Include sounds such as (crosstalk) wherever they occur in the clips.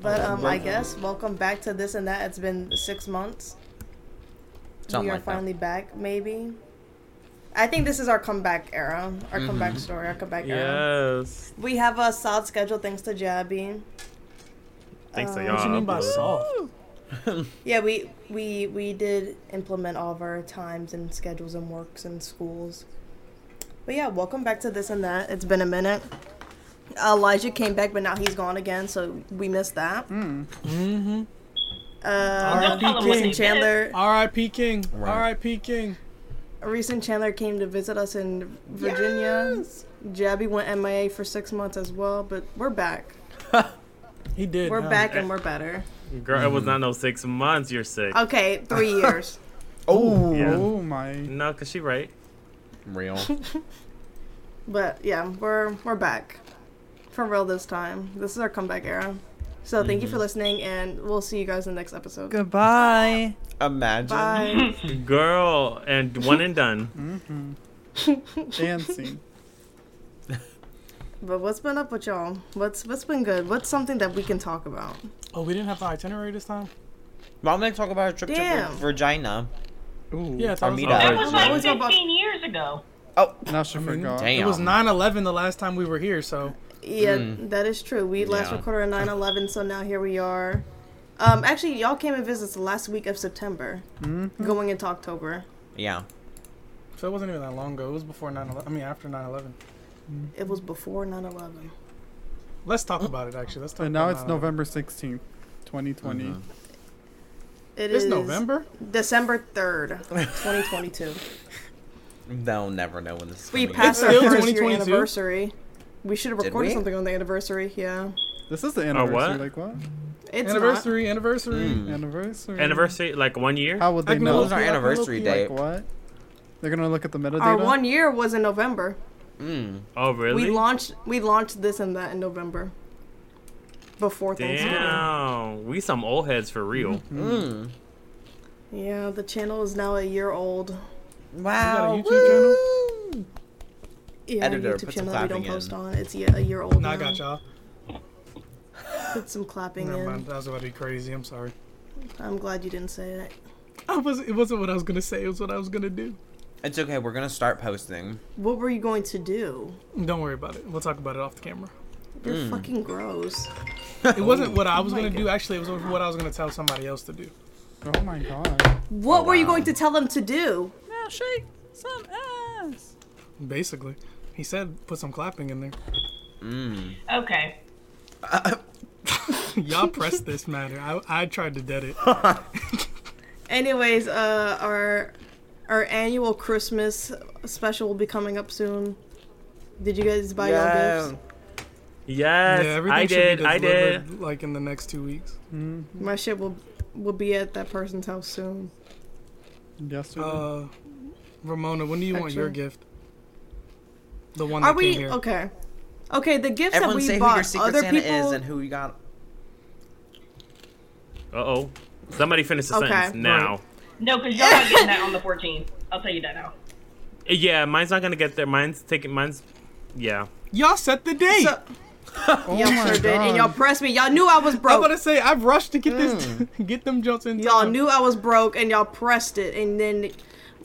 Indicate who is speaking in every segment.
Speaker 1: But um, I guess welcome back to this and that. It's been six months.
Speaker 2: Something
Speaker 1: we are
Speaker 2: like that.
Speaker 1: finally back, maybe. I think this is our comeback era, our
Speaker 2: Mm-hmm.
Speaker 1: comeback story, our comeback era.
Speaker 3: Yes.
Speaker 1: We have a solid schedule thanks to Jabby.
Speaker 3: Thanks to
Speaker 1: Um,
Speaker 3: y'all.
Speaker 1: What
Speaker 4: you mean by
Speaker 3: Woo!
Speaker 4: soft?
Speaker 1: Yeah, we we we did implement all of our times and schedules and works and schools. But yeah, welcome back to this and that. It's been a minute. Elijah came back, but now he's gone again, so we missed that.
Speaker 2: Mm-hmm.
Speaker 1: Uh,
Speaker 4: Don't tell 'em what they
Speaker 1: recent
Speaker 4: did.
Speaker 1: Chandler,
Speaker 4: R.I.P. King.
Speaker 2: Right.
Speaker 4: R.I.P. King.
Speaker 1: recent Chandler came to visit us in Virginia. Jabby went MIA for six months as well, but we're back.
Speaker 4: He did.
Speaker 1: We're
Speaker 4: huh?
Speaker 1: back and we're better.
Speaker 3: Girl, it was not no six months. You're sick.
Speaker 1: Okay, three years.
Speaker 2: Oh,
Speaker 3: Yeah.
Speaker 4: Oh my.
Speaker 3: No, cause she right.
Speaker 2: (laughs) real.
Speaker 1: But yeah, we're we're back for real this time. This is our comeback era. So thank you for listening, and we'll see you guys in the next episode.
Speaker 5: Goodbye.
Speaker 2: Imagine.
Speaker 1: Bye.
Speaker 3: Girl, and one and done.
Speaker 4: Dancing.
Speaker 1: but what's been up with y'all? What's what's been good? What's something that we can talk about?
Speaker 4: Oh, we didn't have the itinerary this time?
Speaker 2: Well, I'm gonna talk about a trip
Speaker 1: Damn.
Speaker 2: to Vir- Virginia.
Speaker 4: Ooh. Yeah,
Speaker 2: Our
Speaker 4: that was,
Speaker 2: meetup.
Speaker 3: That
Speaker 6: It was
Speaker 3: Oh,
Speaker 6: like
Speaker 1: it's
Speaker 6: 15
Speaker 1: about-
Speaker 6: years ago.
Speaker 2: Oh,
Speaker 4: Now she forgot.
Speaker 2: damn.
Speaker 4: It was 9 11 the last time we were here, so.
Speaker 1: Yeah, that is true. We last
Speaker 2: Yeah.
Speaker 1: recorded on 9/11, so now here we are. Um, actually, y'all came and visited us the last week of September,
Speaker 5: Mm-hmm.
Speaker 4: Mm-hmm.
Speaker 1: going into October.
Speaker 2: Yeah.
Speaker 4: So it wasn't even that long ago. It was before 9 11. I mean, after 9 11.
Speaker 1: It was before 9/11.
Speaker 4: Let's talk about it, actually. Let's talk
Speaker 5: And
Speaker 4: about
Speaker 5: now it's
Speaker 4: 9/11.
Speaker 5: November 16th, 2020.
Speaker 4: Uh-huh.
Speaker 1: It
Speaker 4: It's
Speaker 1: is
Speaker 4: November?
Speaker 1: December
Speaker 4: (laughs)
Speaker 1: 3rd, 2022.
Speaker 2: They'll never know when this is
Speaker 1: We
Speaker 2: coming
Speaker 1: passed
Speaker 4: It's
Speaker 1: our
Speaker 4: still
Speaker 1: first year
Speaker 4: 2022?
Speaker 1: anniversary. We should have
Speaker 2: Did
Speaker 1: recorded
Speaker 2: we?
Speaker 1: something on the anniversary. Yeah,
Speaker 5: This is the
Speaker 3: what?
Speaker 5: anniversary. Like what?
Speaker 1: it's anniversary.
Speaker 4: Anniversary, anniversary.
Speaker 2: Mm.
Speaker 5: Anniversary.
Speaker 3: Anniversary, like one year.
Speaker 5: How would
Speaker 4: I
Speaker 5: they
Speaker 4: can
Speaker 5: know?
Speaker 4: look
Speaker 2: was our
Speaker 4: I can look
Speaker 2: anniversary
Speaker 4: you
Speaker 2: date.
Speaker 5: Like what? They're gonna look at the metadata.
Speaker 1: Our one year was in November.
Speaker 2: Mm.
Speaker 3: Oh really?
Speaker 1: We launched we launched this and that in November. Before Thanksgiving.
Speaker 3: Damn. We some old heads for real.
Speaker 2: Mm.
Speaker 1: Yeah, the channel is now a year old.
Speaker 2: Wow.
Speaker 4: You got a YouTube
Speaker 2: woo.
Speaker 1: Yeah, YouTube
Speaker 2: Editor, put some
Speaker 1: channel that we don't
Speaker 2: clapping
Speaker 1: post
Speaker 2: in.
Speaker 1: on. It's ye- a year old.
Speaker 4: No, I
Speaker 1: now.
Speaker 4: got y'all.
Speaker 1: Put some clapping
Speaker 4: Never
Speaker 1: in.
Speaker 4: mind. That was about to be crazy. I'm sorry.
Speaker 1: I'm glad you didn't say it.
Speaker 4: I was, it wasn't what I was going to say. It was what I was going to do.
Speaker 2: It's okay. We're gonna start posting.
Speaker 1: What were you going to do?
Speaker 4: Don't worry about it. We'll talk about it off the camera.
Speaker 1: You're
Speaker 2: Hmm.
Speaker 1: fucking gross.
Speaker 4: It wasn't
Speaker 1: (laughs)
Speaker 4: what
Speaker 1: Oh
Speaker 4: I was going to do. Actually, it was what I was going to tell somebody else to do.
Speaker 5: Oh my god.
Speaker 1: What were you
Speaker 2: wow.
Speaker 1: going to tell them to do?
Speaker 5: Now shake some ass.
Speaker 4: Basically, he said put some clapping in there. (laughs)
Speaker 2: Mm.
Speaker 6: Okay.
Speaker 1: (laughs)
Speaker 4: Y'all pressed this matter. I, I tried to dead it.
Speaker 1: Anyways, uh, our our annual Christmas special will be coming up soon. Did you guys buy your gifts?
Speaker 3: Yes, I did. I did.
Speaker 4: delivered, Like in the next two weeks.
Speaker 1: My shit will will be at that person's house soon.
Speaker 5: Yesterday.
Speaker 4: Uh, Ramona, when do you want your
Speaker 1: Mm-hmm. Actually-
Speaker 4: gift? The one that
Speaker 1: Are we
Speaker 4: came here.
Speaker 1: okay? Okay, the gifts
Speaker 2: Everyone
Speaker 1: that
Speaker 2: say
Speaker 1: we
Speaker 2: who your
Speaker 1: bought,
Speaker 2: secret
Speaker 1: other
Speaker 2: Santa
Speaker 1: people.
Speaker 2: is and who you got.
Speaker 3: Uh oh. Somebody finish the
Speaker 1: Okay.
Speaker 3: sentence now.
Speaker 6: No, because y'all not getting that on the 14th. I'll tell you
Speaker 1: (laughs)
Speaker 6: that now.
Speaker 3: Yeah, mine's not gonna get there. Mine's taking. Mine's. Yeah.
Speaker 4: Y'all set the date.
Speaker 2: (laughs)
Speaker 1: So-
Speaker 5: oh
Speaker 1: y'all
Speaker 5: my
Speaker 1: sure did, and
Speaker 5: God.
Speaker 1: y'all pressed me. Y'all knew I was
Speaker 4: I was about
Speaker 1: broke.
Speaker 4: to say I've rushed to get this, (laughs) get them jumps in.
Speaker 1: oh. Mm. Y'all
Speaker 4: time.
Speaker 1: knew I was broke, and y'all pressed it, and then.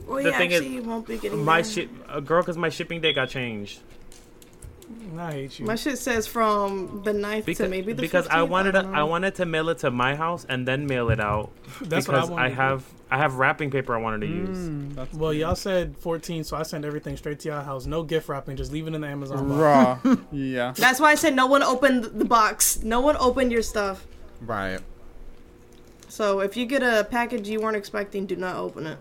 Speaker 1: Well,
Speaker 3: The
Speaker 1: yeah,
Speaker 3: thing is,
Speaker 1: actually, you won't be getting
Speaker 3: My
Speaker 1: that.
Speaker 3: ship, uh, girl, cause my shipping date got changed.
Speaker 4: I hate you.
Speaker 1: My shit says from the 9th
Speaker 3: Because,
Speaker 1: to maybe the
Speaker 3: because
Speaker 1: 15th.
Speaker 3: I wanted to,
Speaker 1: don't
Speaker 3: I
Speaker 1: know.
Speaker 3: wanted to mail it to my house and then mail it out
Speaker 4: That's what I
Speaker 3: because
Speaker 4: wanted.
Speaker 3: I,
Speaker 4: to do.
Speaker 3: have I have wrapping paper I wanted to use.
Speaker 5: Hmm, That's
Speaker 4: Well, y'all said 14, so I sent everything straight to y'all house. No gift wrapping, just leave it in the Amazon box.
Speaker 5: raw.
Speaker 4: (laughs)
Speaker 5: yeah.
Speaker 1: That's why I said no one opened the box. No one opened your stuff.
Speaker 2: Right.
Speaker 1: So if you get a package you weren't expecting, do not open it.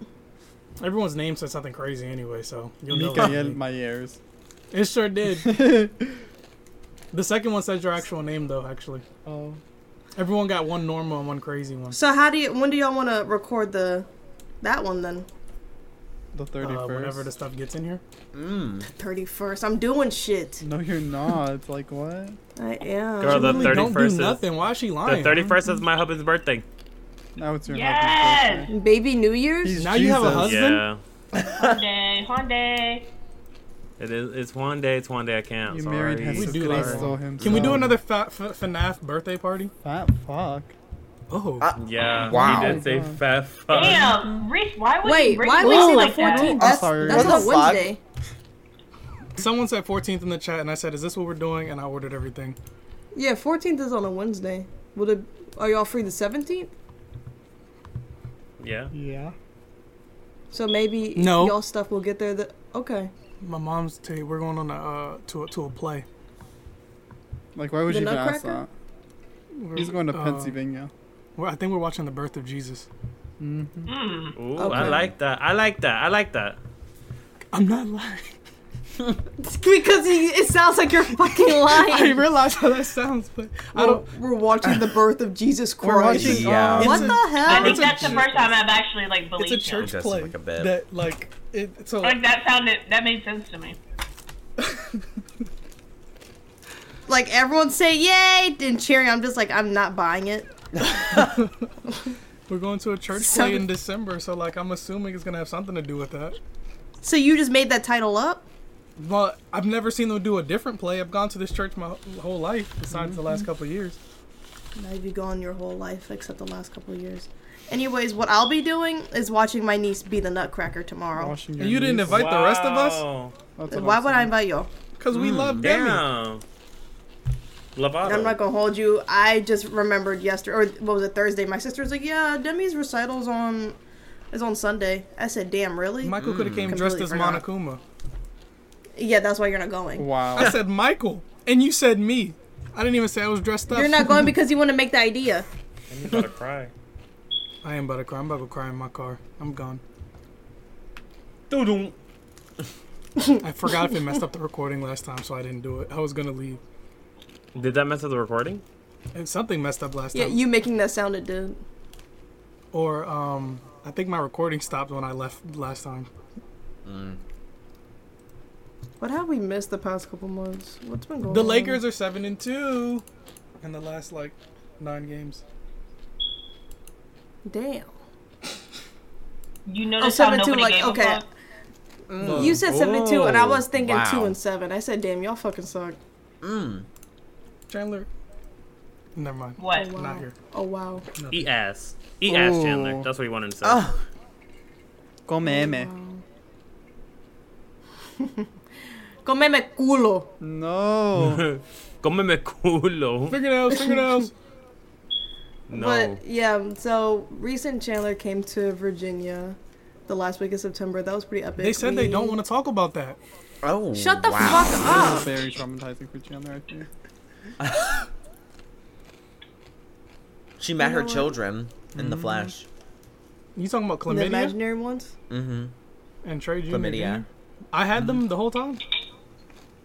Speaker 4: Everyone's name said something crazy anyway, so you'll know.
Speaker 5: Mikael Myers.
Speaker 4: It sure
Speaker 5: (laughs)
Speaker 4: did. the second one said your actual name though. Actually,
Speaker 5: Oh.
Speaker 4: everyone got one normal and one crazy one. uh,
Speaker 1: So how do you? When do y'all want to record the that one then?
Speaker 5: The
Speaker 4: Uh,
Speaker 5: 31st.
Speaker 4: whenever the stuff gets in here,
Speaker 2: Mm.
Speaker 1: Thirty first. I'm doing shit.
Speaker 5: No, you're not. Like what?
Speaker 1: I am.
Speaker 3: Girl, the
Speaker 4: Really don't do
Speaker 3: 31st is-
Speaker 4: nothing. Why is she
Speaker 3: The
Speaker 4: lying?
Speaker 3: thirty first is my husband's birthday.
Speaker 5: Now it's your hobby's
Speaker 6: Yes!
Speaker 5: birthday.
Speaker 1: Baby New Year's.
Speaker 5: He's
Speaker 4: Now you have a
Speaker 5: Jesus.
Speaker 4: husband?
Speaker 3: Yeah,
Speaker 6: Hyundai, Hyundai.
Speaker 3: it's It is. It's one day. It's one day. I can't.
Speaker 5: You
Speaker 3: sorry.
Speaker 5: married
Speaker 4: We
Speaker 5: Hesse
Speaker 4: do this.
Speaker 5: Clay himself.
Speaker 4: Can we do another fa- f- FNAF birthday party?
Speaker 5: Fat fuck.
Speaker 4: Oh,
Speaker 2: Uh,
Speaker 3: Yeah.
Speaker 2: Wow.
Speaker 3: He did say fat fuck.
Speaker 6: Damn, Reese, why would
Speaker 1: Wait,
Speaker 6: you bring
Speaker 1: why
Speaker 6: it
Speaker 1: would
Speaker 6: up
Speaker 1: you say
Speaker 6: like
Speaker 1: the 14th?
Speaker 6: That?
Speaker 5: I'm
Speaker 1: That's,
Speaker 5: sorry.
Speaker 1: that's
Speaker 2: What
Speaker 1: on
Speaker 2: the fuck?
Speaker 1: Wednesday.
Speaker 4: someone said 14th in the chat, and I said, "Is this what we're doing?" And I ordered everything.
Speaker 1: Yeah, 14th is on a Wednesday. Would it? Are y'all free the 17th?
Speaker 3: Yeah.
Speaker 5: Yeah.
Speaker 1: So maybe
Speaker 4: No.
Speaker 1: y'all stuff will get there. The okay. (laughs)
Speaker 4: My mom's tell you we're going on a uh, to a, to a play.
Speaker 5: Like, why would
Speaker 1: The
Speaker 5: you even ask that?
Speaker 1: Nutcracker?
Speaker 4: We're,
Speaker 5: He's going to
Speaker 4: uh,
Speaker 5: Pennsylvania.
Speaker 4: we're- I think we're watching the birth of Jesus.
Speaker 5: hmm
Speaker 6: Mm.
Speaker 3: Ooh,
Speaker 1: Okay.
Speaker 3: I like that. I like that. I like that.
Speaker 4: I'm not lying. (laughs)
Speaker 1: because he, it sounds like you're fucking
Speaker 5: (laughs)
Speaker 4: I
Speaker 1: lying.
Speaker 4: realize how that sounds, but I don't.
Speaker 1: We're watching the birth of Jesus
Speaker 5: We're
Speaker 1: Christ.
Speaker 5: watching.
Speaker 2: Yeah.
Speaker 5: um,
Speaker 1: what
Speaker 4: It's a-
Speaker 1: the
Speaker 6: I
Speaker 1: hell?
Speaker 6: think
Speaker 4: It's a
Speaker 6: that's the
Speaker 4: ju-
Speaker 6: first time I've actually like
Speaker 4: It's
Speaker 6: believed
Speaker 4: a
Speaker 6: him.
Speaker 4: church
Speaker 2: does
Speaker 4: play
Speaker 2: sound like a bit.
Speaker 4: that like it. So
Speaker 6: Like that sounded that made sense to me.
Speaker 1: Like everyone say yay and cheering. I'm just like I'm not buying it.
Speaker 4: we're going to a church
Speaker 1: So-
Speaker 4: play in December, so like I'm assuming it's gonna have something to do with that.
Speaker 1: So you just made that title up?
Speaker 4: Well, I've never seen them do a different play. I've gone to this church my wh- whole life, besides the last couple of years.
Speaker 1: I've been gone your whole life except the last couple of years. Anyways, what I'll be doing is watching my niece be the Nutcracker tomorrow.
Speaker 5: Washing
Speaker 4: And you didn't
Speaker 5: knees.
Speaker 4: invite the rest of us
Speaker 3: Wow.
Speaker 5: That's what
Speaker 1: Why
Speaker 5: I'm
Speaker 1: would I
Speaker 5: saying.
Speaker 1: invite y'all?
Speaker 4: because we love Demi.
Speaker 3: Damn. Lovato.
Speaker 1: I'm not gonna hold you. I just remembered yesterday, or what was it Thursday? My sister was like, "Yeah, Demi's recital's on, is on Sunday." I said, "Damn, really?"
Speaker 4: Michael could have came dressed
Speaker 1: Completely
Speaker 4: as
Speaker 1: forgot.
Speaker 4: (laughs) Monokuma.
Speaker 1: yeah, that's why you're not going.
Speaker 4: I
Speaker 1: (laughs)
Speaker 5: Wow.
Speaker 4: said Michael, and you said me. I didn't even say I was dressed up.
Speaker 1: You're not going because you want to make the idea.
Speaker 3: I'm about to cry.
Speaker 4: I am about to cry. I'm about to cry in my car. I'm gone.
Speaker 3: Doo-doo.
Speaker 4: I forgot if it messed up the recording last time, so I didn't do it. I was gonna leave.
Speaker 3: Did that mess up the recording?
Speaker 4: And something messed up last
Speaker 1: Yeah,
Speaker 4: time.
Speaker 1: you making that sound it did.
Speaker 4: or um, I think my recording stopped when I left last time.
Speaker 1: What have we missed the past couple months? What's been going
Speaker 4: The
Speaker 1: on?
Speaker 4: Lakers are seven and two in the last like nine games.
Speaker 1: Damn.
Speaker 6: You
Speaker 1: Oh,
Speaker 6: notice how
Speaker 1: seven two.
Speaker 6: nobody
Speaker 1: Like
Speaker 6: gave a
Speaker 1: okay.
Speaker 6: fuck?
Speaker 1: You said seventy two, and I
Speaker 2: Oh,
Speaker 1: was thinking two
Speaker 2: wow.
Speaker 1: and seven. I said, "Damn, y'all fucking suck."
Speaker 2: Mm.
Speaker 4: Chandler, never mind.
Speaker 6: What?
Speaker 1: Oh wow.
Speaker 4: Not here.
Speaker 1: Oh wow.
Speaker 3: Eat ass. Eat ass, E Chandler.
Speaker 5: Ooh.
Speaker 3: That's what he wanted to say.
Speaker 2: Oh.
Speaker 5: Go meme.
Speaker 1: (laughs) Comeme culo.
Speaker 5: No.
Speaker 3: Comeme
Speaker 4: (laughs)
Speaker 3: culo.
Speaker 4: Fingernails,
Speaker 1: (laughs)
Speaker 4: fingernails.
Speaker 3: No.
Speaker 1: But yeah, so recent Chandler came to Virginia the last week of September. That was pretty epic.
Speaker 4: they said they don't
Speaker 1: We-
Speaker 4: want to talk about that.
Speaker 2: Oh.
Speaker 1: Shut the
Speaker 2: wow.
Speaker 1: fuck
Speaker 5: This
Speaker 1: up.
Speaker 5: is very traumatizing for Chandler, I think.
Speaker 2: She met
Speaker 1: You
Speaker 2: her
Speaker 1: know what?
Speaker 2: children in
Speaker 1: Mm-hmm.
Speaker 2: the flesh.
Speaker 4: You talking about
Speaker 1: The
Speaker 4: chlamydia
Speaker 1: imaginary ones?
Speaker 2: Mm-hmm.
Speaker 4: and Trey Jr.
Speaker 2: Chlamydia.
Speaker 4: Jr.? I had them the whole time.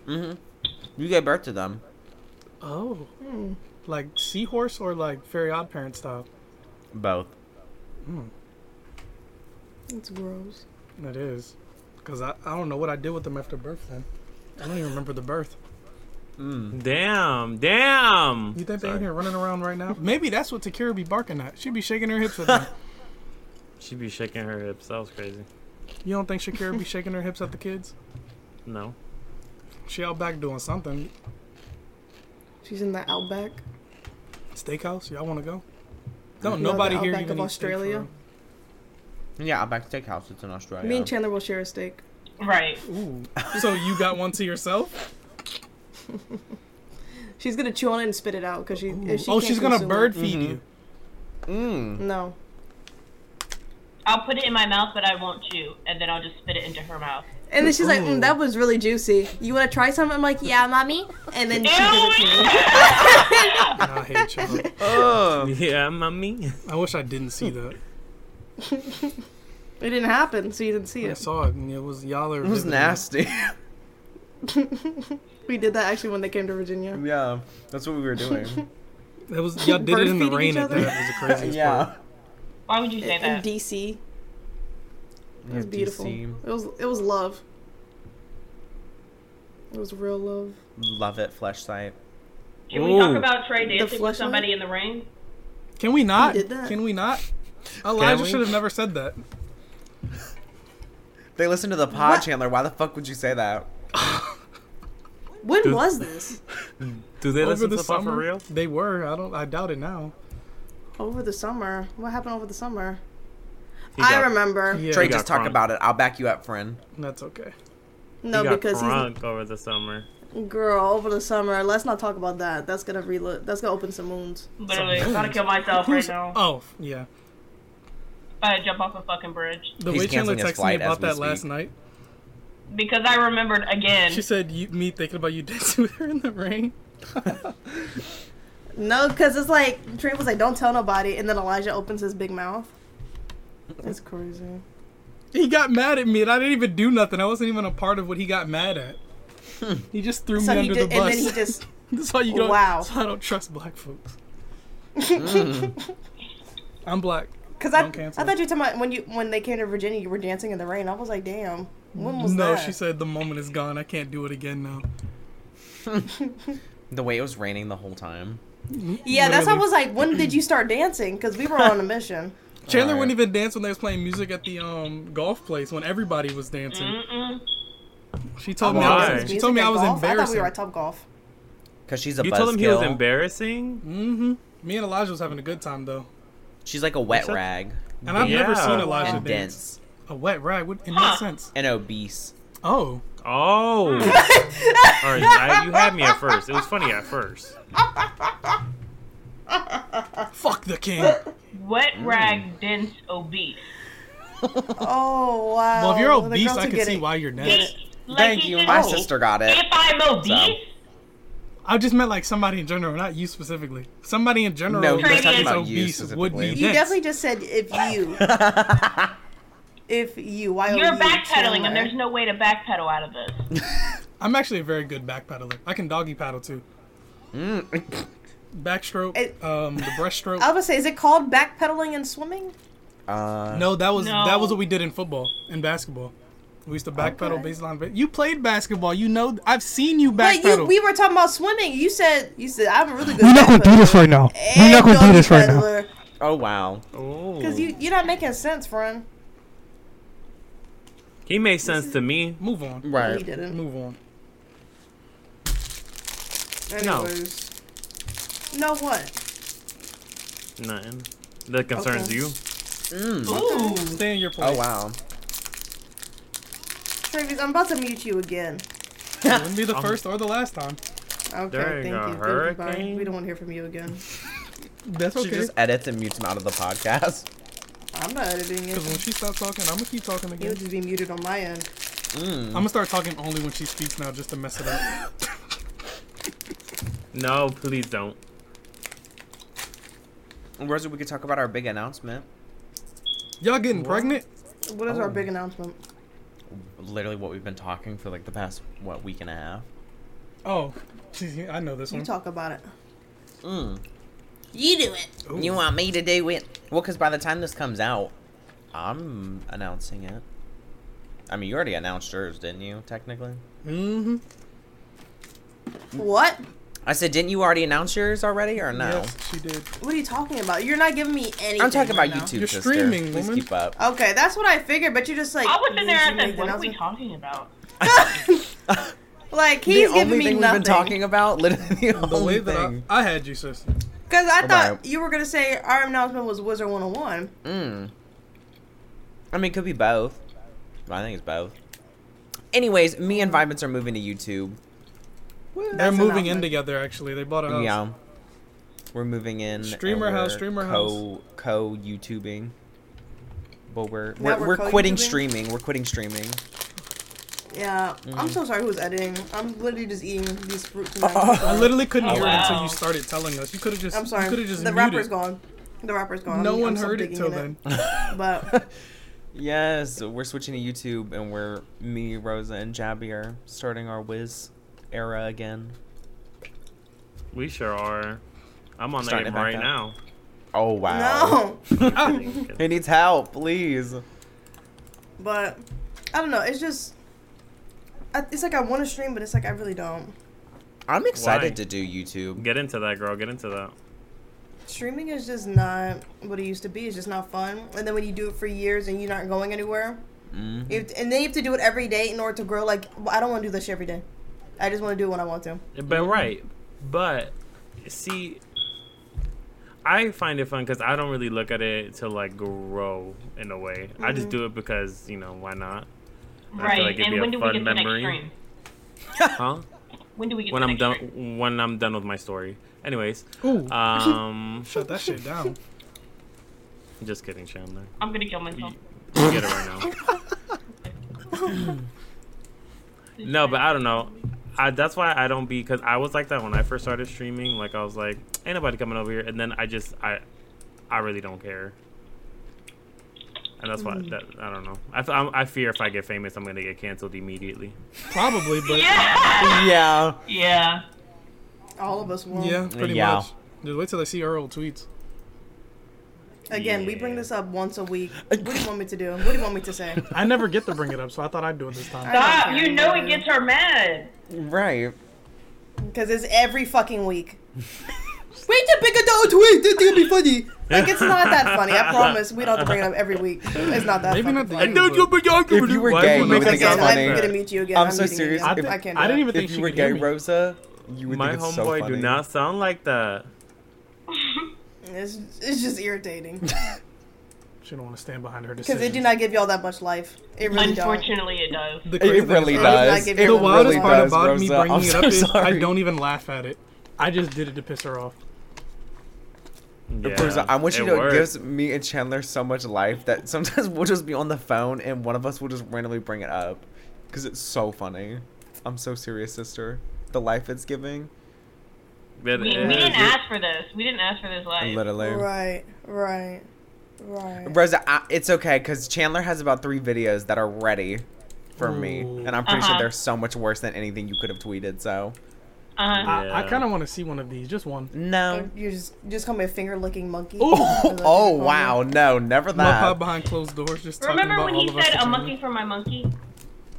Speaker 2: Mm-hmm. You gave birth to them.
Speaker 4: Oh. Like seahorse or like fairy odd parent style.
Speaker 2: Both.
Speaker 1: It's gross.
Speaker 4: That is. Because I, I don't know what I did with them after birth then. I don't even remember the birth.
Speaker 2: Mm.
Speaker 3: Damn. Damn.
Speaker 4: You think they in
Speaker 2: Sorry.
Speaker 4: here running around right now? (laughs) Maybe that's what Takira be barking at. She be shaking her hips at them.
Speaker 3: She be shaking her hips. That was crazy.
Speaker 4: (laughs) You don't think Shakira be shaking her hips at the kids?
Speaker 3: No. (laughs)
Speaker 4: She out back doing something.
Speaker 1: She's in the outback.
Speaker 4: Steakhouse? Y'all want to go? Don't
Speaker 1: Love
Speaker 4: nobody
Speaker 1: the
Speaker 4: here
Speaker 1: outback
Speaker 4: even
Speaker 1: of
Speaker 4: eat steak
Speaker 1: Australia.
Speaker 2: Yeah, Outback Steakhouse. It's in Australia.
Speaker 1: Me and Chandler will share a steak.
Speaker 6: Right.
Speaker 4: for real. Ooh.
Speaker 1: (laughs)
Speaker 4: So you got one to yourself?
Speaker 1: She's gonna chew on it and spit it out because she.
Speaker 4: Ooh.
Speaker 1: If she
Speaker 4: oh,
Speaker 1: can't
Speaker 4: she's gonna
Speaker 1: consume
Speaker 4: bird
Speaker 1: It,
Speaker 4: feed you. (laughs)
Speaker 2: Mm.
Speaker 1: no.
Speaker 6: I'll put it in my mouth, but I won't chew, and then I'll just spit it into her mouth.
Speaker 1: And then she's like, mm, "That was really juicy. You wanna try some?" I'm like, "Yeah, mommy." And then she gives it to me.
Speaker 4: Nah, I hate you.
Speaker 2: Oh.
Speaker 3: Yeah, mommy. (laughs)
Speaker 4: I wish I didn't see that.
Speaker 1: (laughs) It didn't happen, so you didn't see
Speaker 4: I
Speaker 1: it.
Speaker 4: saw it, and it was y'all are.
Speaker 2: It was
Speaker 4: vividly-
Speaker 2: nasty. (laughs)
Speaker 1: (laughs) We did that actually when they came to Virginia.
Speaker 2: yeah. That's what we were (laughs) doing.
Speaker 4: It was y'all did
Speaker 1: Bird
Speaker 4: it in the
Speaker 1: feeding
Speaker 4: rain.
Speaker 1: each
Speaker 4: At that.
Speaker 1: other.
Speaker 4: It was the
Speaker 1: (laughs)
Speaker 4: craziest part.
Speaker 2: yeah.
Speaker 6: Why would you say
Speaker 1: In
Speaker 6: that?
Speaker 1: DC,
Speaker 2: It
Speaker 1: It was beautiful. It was it was love. It was real love.
Speaker 2: Love it, flesh site.
Speaker 6: Can we talk
Speaker 3: Ooh.
Speaker 6: about Trey dancing
Speaker 1: fleshlight?
Speaker 6: with somebody in the rain?
Speaker 4: Can we not?
Speaker 1: did that.
Speaker 4: Can we not? Elijah
Speaker 3: we?
Speaker 4: should have never said that.
Speaker 2: They listen to the pod, Chandler. Why the fuck would you say that?
Speaker 1: When
Speaker 3: Dude.
Speaker 1: was this?
Speaker 3: Do they
Speaker 4: Over
Speaker 3: listen
Speaker 4: the
Speaker 3: to Flop for
Speaker 4: summer,
Speaker 3: real?
Speaker 4: they were. I don't. I doubt it now.
Speaker 1: Over the summer. What happened over the summer?
Speaker 3: He
Speaker 1: I
Speaker 3: got-
Speaker 1: remember.
Speaker 4: Yeah,
Speaker 2: Trey,
Speaker 3: got
Speaker 2: just talk
Speaker 3: crunk.
Speaker 2: about it. I'll back you up, friend.
Speaker 4: that's okay.
Speaker 1: No,
Speaker 3: he got
Speaker 1: because
Speaker 3: drunk over the summer.
Speaker 1: he's girl over the summer. Let's not talk about that. That's gonna reload. That's gonna open some wounds.
Speaker 6: Literally, I'm gonna kill myself right now. If
Speaker 4: Oh yeah,
Speaker 6: I jump off a fucking bridge.
Speaker 4: the
Speaker 2: He's
Speaker 4: way Chandler
Speaker 2: canceling his
Speaker 4: texted me
Speaker 2: flight as
Speaker 4: about
Speaker 2: we
Speaker 4: that last
Speaker 2: speak.
Speaker 1: (laughs)
Speaker 4: night.
Speaker 6: Because I remembered again.
Speaker 4: She said, "You me thinking about you dancing (laughs) with her in the rain."
Speaker 1: No, because it's like Trey was like, "Don't tell nobody," and then Elijah opens his big mouth. That's crazy.
Speaker 4: He got mad at me, and I didn't even do nothing. I wasn't even a part of what he got
Speaker 2: (laughs)
Speaker 4: mad at. He just threw
Speaker 1: So
Speaker 4: me
Speaker 1: he
Speaker 4: under
Speaker 1: just, and
Speaker 4: the bus.
Speaker 1: then he just
Speaker 4: (laughs) that's how you don't.
Speaker 1: Wow.
Speaker 4: That's how I don't trust black
Speaker 1: (laughs)
Speaker 4: folks. (laughs) I'm black.
Speaker 1: Because I,
Speaker 4: Don't cancel.
Speaker 1: I thought you were talking about when you when they came to Virginia, you were dancing in the rain. I was like, damn, when was
Speaker 4: no,
Speaker 1: that?
Speaker 4: she said the moment is gone. I can't do it again now.
Speaker 2: The way it was raining the whole time.
Speaker 1: yeah, that's why I
Speaker 4: literally.
Speaker 1: was like, when did you start dancing? Because we were on a mission.
Speaker 4: Chandler
Speaker 2: Alright.
Speaker 4: wouldn't even dance when they was playing music at the um golf place when everybody was dancing.
Speaker 6: Mm-mm.
Speaker 4: She told
Speaker 2: Oh,
Speaker 4: me
Speaker 3: Why?
Speaker 4: I was, she told me I was
Speaker 1: Mm-hmm. golf? I thought
Speaker 4: embarrassing.
Speaker 1: we were at Top Golf.
Speaker 2: Cause she's a
Speaker 3: You told him he was
Speaker 2: buzzkill.
Speaker 3: embarrassing.
Speaker 4: mm-hmm. Me and Elijah was having a good time though,
Speaker 2: She's like a wet
Speaker 3: said-
Speaker 2: rag.
Speaker 4: and I've never
Speaker 3: Yeah.
Speaker 4: seen Elijah
Speaker 2: and
Speaker 4: dance.
Speaker 2: dense
Speaker 4: A wet ride? What, in
Speaker 6: Huh.
Speaker 4: what sense?
Speaker 2: and obese.
Speaker 4: Oh, (laughs)
Speaker 3: Oh. All right, I, you had me at first. It was funny at first.
Speaker 4: fuck the king.
Speaker 6: Wet rag, dense, obese.
Speaker 1: Oh wow.
Speaker 4: well, if you're
Speaker 1: The
Speaker 4: obese,
Speaker 1: girls
Speaker 4: I
Speaker 1: who
Speaker 4: can
Speaker 1: get
Speaker 4: see
Speaker 1: it-
Speaker 4: why you're
Speaker 6: He-
Speaker 4: nasty.
Speaker 6: like
Speaker 2: Thank
Speaker 6: he
Speaker 2: you.
Speaker 6: just-
Speaker 2: My
Speaker 1: Oh.
Speaker 2: sister got it.
Speaker 6: If I'm obese,
Speaker 4: I just meant like somebody in general, not you specifically. Somebody in general
Speaker 2: No,
Speaker 4: who
Speaker 6: we're
Speaker 4: is
Speaker 6: talking about
Speaker 2: you
Speaker 4: obese would
Speaker 2: specifically.
Speaker 4: be
Speaker 1: You
Speaker 4: dense.
Speaker 1: definitely just said if you, if you. Why
Speaker 6: you're
Speaker 1: are you
Speaker 6: backpedaling,
Speaker 1: Chandler?
Speaker 6: and there's no way to backpedal out of this.
Speaker 4: I'm actually a very good backpedaler. I can doggy paddle too.
Speaker 2: Mm.
Speaker 4: Backstroke,
Speaker 1: It- Oh.
Speaker 4: um, the breaststroke.
Speaker 1: I was gonna say, is it called backpedaling and swimming?
Speaker 2: uh,
Speaker 4: No, that was
Speaker 6: No.
Speaker 4: that was what we did in football and basketball. We used to backpedal
Speaker 1: Okay.
Speaker 4: baseline. ba- You played basketball. You know, I've seen you
Speaker 1: But you,
Speaker 4: backpedal.
Speaker 1: we were talking about swimming. You said, you said, I'm a really good.
Speaker 7: We're not gonna do this right now. We're not gonna do this right now.
Speaker 2: Oh wow.
Speaker 3: Oh.
Speaker 1: Because you, you're not making sense, friend.
Speaker 3: He made sense to me.
Speaker 4: Move on.
Speaker 1: No, he
Speaker 2: Right.
Speaker 1: didn't.
Speaker 4: Move on.
Speaker 3: No.
Speaker 1: Anyways. No. what?
Speaker 3: Nothing. That concerns
Speaker 1: Okay.
Speaker 3: you.
Speaker 2: Mm.
Speaker 6: Ooh.
Speaker 4: Stay in your place.
Speaker 2: Oh wow.
Speaker 1: Travis, I'm about to mute you again.
Speaker 4: It wouldn't be
Speaker 1: (laughs)
Speaker 4: the first or the last time.
Speaker 1: Okay,
Speaker 3: There you
Speaker 1: thank
Speaker 3: go,
Speaker 1: you. Thank you. Bye.
Speaker 3: hurricane.
Speaker 1: We don't want to hear from you again.
Speaker 4: That's
Speaker 2: She just edits and mutes him out of the podcast. (laughs)
Speaker 1: I'm not editing
Speaker 4: Because when
Speaker 1: it.
Speaker 4: she stops talking, I'm gonna keep talking
Speaker 1: You'll
Speaker 4: again.
Speaker 1: just be muted on my end.
Speaker 4: I'm gonna start talking only when she speaks now, just to mess it up.
Speaker 1: (laughs)
Speaker 3: No, please don't.
Speaker 2: Rosie, we could talk about our big announcement.
Speaker 4: Y'all getting pregnant?
Speaker 1: What is our
Speaker 2: Oh.
Speaker 1: big announcement?
Speaker 2: Literally what we've been talking for like the past what week and a half.
Speaker 4: Oh, geez, I know this
Speaker 1: You
Speaker 4: one.
Speaker 1: talk about it.
Speaker 2: Mm.
Speaker 1: You do it.
Speaker 4: Ooh.
Speaker 2: You want me to do it? Well, because by the time this comes out, I'm announcing it. I mean, you already announced yours, didn't you? Technically,
Speaker 4: mm-hmm.
Speaker 1: What?
Speaker 2: I said, didn't you already announce yours already, or no?
Speaker 4: Yes, she did.
Speaker 1: What are you talking about? You're not giving me anything.
Speaker 2: I'm talking
Speaker 1: right
Speaker 2: about
Speaker 1: now.
Speaker 2: YouTube.
Speaker 4: You're
Speaker 2: sister.
Speaker 4: streaming,
Speaker 2: Please
Speaker 4: woman.
Speaker 2: keep (laughs) up.
Speaker 1: Okay, that's what I figured, but you're just like.
Speaker 6: I was in there
Speaker 1: you
Speaker 6: and
Speaker 1: make
Speaker 6: said,
Speaker 1: the
Speaker 6: what are we
Speaker 1: announcement?"
Speaker 6: talking about?
Speaker 1: Like he's
Speaker 2: the
Speaker 1: giving
Speaker 2: only
Speaker 1: me
Speaker 2: thing we've
Speaker 1: nothing.
Speaker 2: been talking about, (laughs) literally the,
Speaker 4: The way
Speaker 2: only
Speaker 4: that I,
Speaker 2: thing.
Speaker 4: I had you, sis.
Speaker 1: Because I
Speaker 2: Alright.
Speaker 1: thought you were gonna say our announcement was Wizard 101.
Speaker 2: Mm. I mean, it could be both. But I think it's both. Anyways, me and Vibens are moving to YouTube.
Speaker 4: They're
Speaker 1: an
Speaker 4: moving in
Speaker 1: outfit.
Speaker 4: together. Actually, they bought a house.
Speaker 2: Yeah. We're moving in. and
Speaker 4: Streamer house,
Speaker 2: we're
Speaker 4: streamer
Speaker 2: co, Co YouTubing. But we're
Speaker 1: Now
Speaker 2: we're,
Speaker 1: we're
Speaker 2: we're quitting
Speaker 1: co-YouTubing?
Speaker 2: streaming. We're quitting streaming. (laughs)
Speaker 1: Yeah, I'm so sorry who's editing. I'm literally just eating these fruits. and
Speaker 4: Mm. (laughs) I
Speaker 1: vegetables.
Speaker 4: literally couldn't
Speaker 6: Oh,
Speaker 4: hear it until
Speaker 6: wow.
Speaker 4: you started telling us. You could have just.
Speaker 1: I'm
Speaker 4: You
Speaker 1: sorry.
Speaker 4: could have just
Speaker 1: the
Speaker 4: muted.
Speaker 1: rapper's gone. The rapper's gone.
Speaker 4: No
Speaker 1: I'm-
Speaker 4: one
Speaker 1: I'm still
Speaker 4: heard it
Speaker 1: digging
Speaker 4: till
Speaker 1: in
Speaker 4: then. (laughs)
Speaker 1: But
Speaker 2: Yes, we're switching to YouTube, and we're me, Rosa, and Jabby are starting our Wiz era again.
Speaker 3: We sure are. I'm on that
Speaker 2: Starting
Speaker 3: game
Speaker 2: it back
Speaker 3: right
Speaker 2: up.
Speaker 4: (laughs)
Speaker 3: now.
Speaker 2: Oh wow!
Speaker 1: no,
Speaker 3: Kidding, kidding.
Speaker 4: Oh.
Speaker 2: he needs help, please.
Speaker 1: but I don't know. It's just. I, it's like I want to stream, but it's like I really don't.
Speaker 2: I'm excited
Speaker 3: Why?
Speaker 2: to do YouTube.
Speaker 3: Get into that, girl. Get into that.
Speaker 1: Streaming is just not what it used to be. It's just not fun. And then when you do it for years and you're not going anywhere,
Speaker 2: Mhm.
Speaker 1: you have to- and then you have to do it every day in order to grow. Like I don't want to do this shit every day. I just want to do what I want to.
Speaker 3: But right, but see, I find it fun because I don't really look at it to like grow in a way. I just do it because you know why not? I feel
Speaker 6: Right.
Speaker 3: like it'd be
Speaker 6: and
Speaker 3: a
Speaker 6: when do we
Speaker 3: fun
Speaker 6: get to the next
Speaker 3: memory.
Speaker 6: stream?
Speaker 3: Huh?
Speaker 6: When do we get
Speaker 3: when
Speaker 6: to the
Speaker 3: I'm
Speaker 6: next
Speaker 3: done,
Speaker 6: stream?
Speaker 3: when I'm done with my story. Anyways,
Speaker 4: Ooh,
Speaker 3: um,
Speaker 4: shut that
Speaker 1: (laughs)
Speaker 4: shit down.
Speaker 3: just kidding, Chandler.
Speaker 6: I'm gonna kill myself.
Speaker 3: You get it right now. no, but I don't know. I, that's why I don't be because I was like that when I first started streaming. Like I was like, ain't nobody coming over here, and then I just I, I really don't care. And that's why that, I don't know. I, f- I'm- I fear if I get famous, I'm gonna get canceled immediately.
Speaker 4: Probably, but yeah,
Speaker 6: Yeah.
Speaker 2: Yeah.
Speaker 6: (laughs) Yeah.
Speaker 1: All of us will.
Speaker 4: pretty
Speaker 2: Yeah.
Speaker 4: much. Just wait till I see Earl tweets.
Speaker 1: Again, we bring
Speaker 3: Yeah.
Speaker 1: this up once a week. What do you want me to do? What do you want me to say?
Speaker 4: I never get to bring it up, so I thought I'd do it this time.
Speaker 6: Stop. You know it gets her mad.
Speaker 2: Right.
Speaker 1: Because it's every fucking week. Wait to pick a dog tweet. This gonna be funny. Like it's not that funny. I promise. We don't have to bring it up every week. It's not that.
Speaker 4: Maybe
Speaker 1: fucking
Speaker 4: not
Speaker 1: funny.
Speaker 4: the
Speaker 3: And don't you be arguing
Speaker 2: If you were
Speaker 3: why
Speaker 2: gay,
Speaker 3: you
Speaker 2: you
Speaker 3: make
Speaker 2: would
Speaker 3: it
Speaker 2: think
Speaker 1: Again,
Speaker 2: it's
Speaker 3: sound
Speaker 2: funny.
Speaker 1: I'm gonna meet you again.
Speaker 2: I'm so
Speaker 1: meeting you
Speaker 2: serious.
Speaker 1: again.
Speaker 2: If-
Speaker 1: I can't. Do
Speaker 4: I didn't
Speaker 1: that.
Speaker 4: even think
Speaker 2: If
Speaker 4: she
Speaker 2: you were
Speaker 4: could
Speaker 2: gay,
Speaker 4: hear me.
Speaker 2: Rosa, you would
Speaker 3: My
Speaker 2: think it's so
Speaker 3: homeboy
Speaker 2: funny.
Speaker 3: do not sound like that.
Speaker 1: It's, it's just irritating
Speaker 4: She don't want to stand behind her
Speaker 1: because
Speaker 4: decision.
Speaker 1: it do not give y'all that much life. It really don't.
Speaker 6: Unfortunately, it does.
Speaker 4: The
Speaker 2: It,
Speaker 4: crazy
Speaker 2: it
Speaker 4: thing
Speaker 2: really
Speaker 4: is-
Speaker 1: It does not
Speaker 2: does.
Speaker 1: give
Speaker 2: It
Speaker 1: you
Speaker 4: The
Speaker 1: the
Speaker 2: really
Speaker 4: wildest part
Speaker 2: does,
Speaker 4: about
Speaker 2: Rosa.
Speaker 4: me bringing
Speaker 2: I'm
Speaker 4: it
Speaker 2: so
Speaker 4: up is
Speaker 2: sorry.
Speaker 4: I don't even laugh at it. I just did it to piss her off.
Speaker 3: Yeah,
Speaker 2: Rosa, I want you
Speaker 3: it
Speaker 2: to know it
Speaker 3: worked.
Speaker 2: gives me and Chandler so much life that (laughs) sometimes we'll just be on the phone and one of us will just randomly bring it up because it's so funny. I'm so serious, sister. The life it's giving,
Speaker 3: That-
Speaker 6: We,
Speaker 3: uh,
Speaker 6: we didn't
Speaker 3: it-
Speaker 6: ask for this. We didn't ask for this life.
Speaker 2: literally.
Speaker 1: Right. Right. Right.
Speaker 2: Rosa, I, it's okay because Chandler has about three videos that are ready for me,
Speaker 4: Ooh.
Speaker 2: and I'm pretty sure
Speaker 6: Uh-huh.
Speaker 2: they're so much worse than anything you could have tweeted. So
Speaker 6: Uh-huh.
Speaker 4: I, I
Speaker 3: Yeah.
Speaker 4: kind of want to see one of these, just one.
Speaker 2: no.
Speaker 1: You just just call me a finger licking monkey. um, Is that
Speaker 2: Oh,
Speaker 1: what you
Speaker 2: (laughs) oh
Speaker 1: call me?
Speaker 4: (laughs)
Speaker 2: wow, no, never
Speaker 4: Love how
Speaker 2: that.
Speaker 4: behind closed doors, just talking
Speaker 6: Remember
Speaker 4: about
Speaker 6: when
Speaker 4: all
Speaker 6: he
Speaker 4: of us
Speaker 6: said a
Speaker 4: together.
Speaker 6: monkey for my monkey?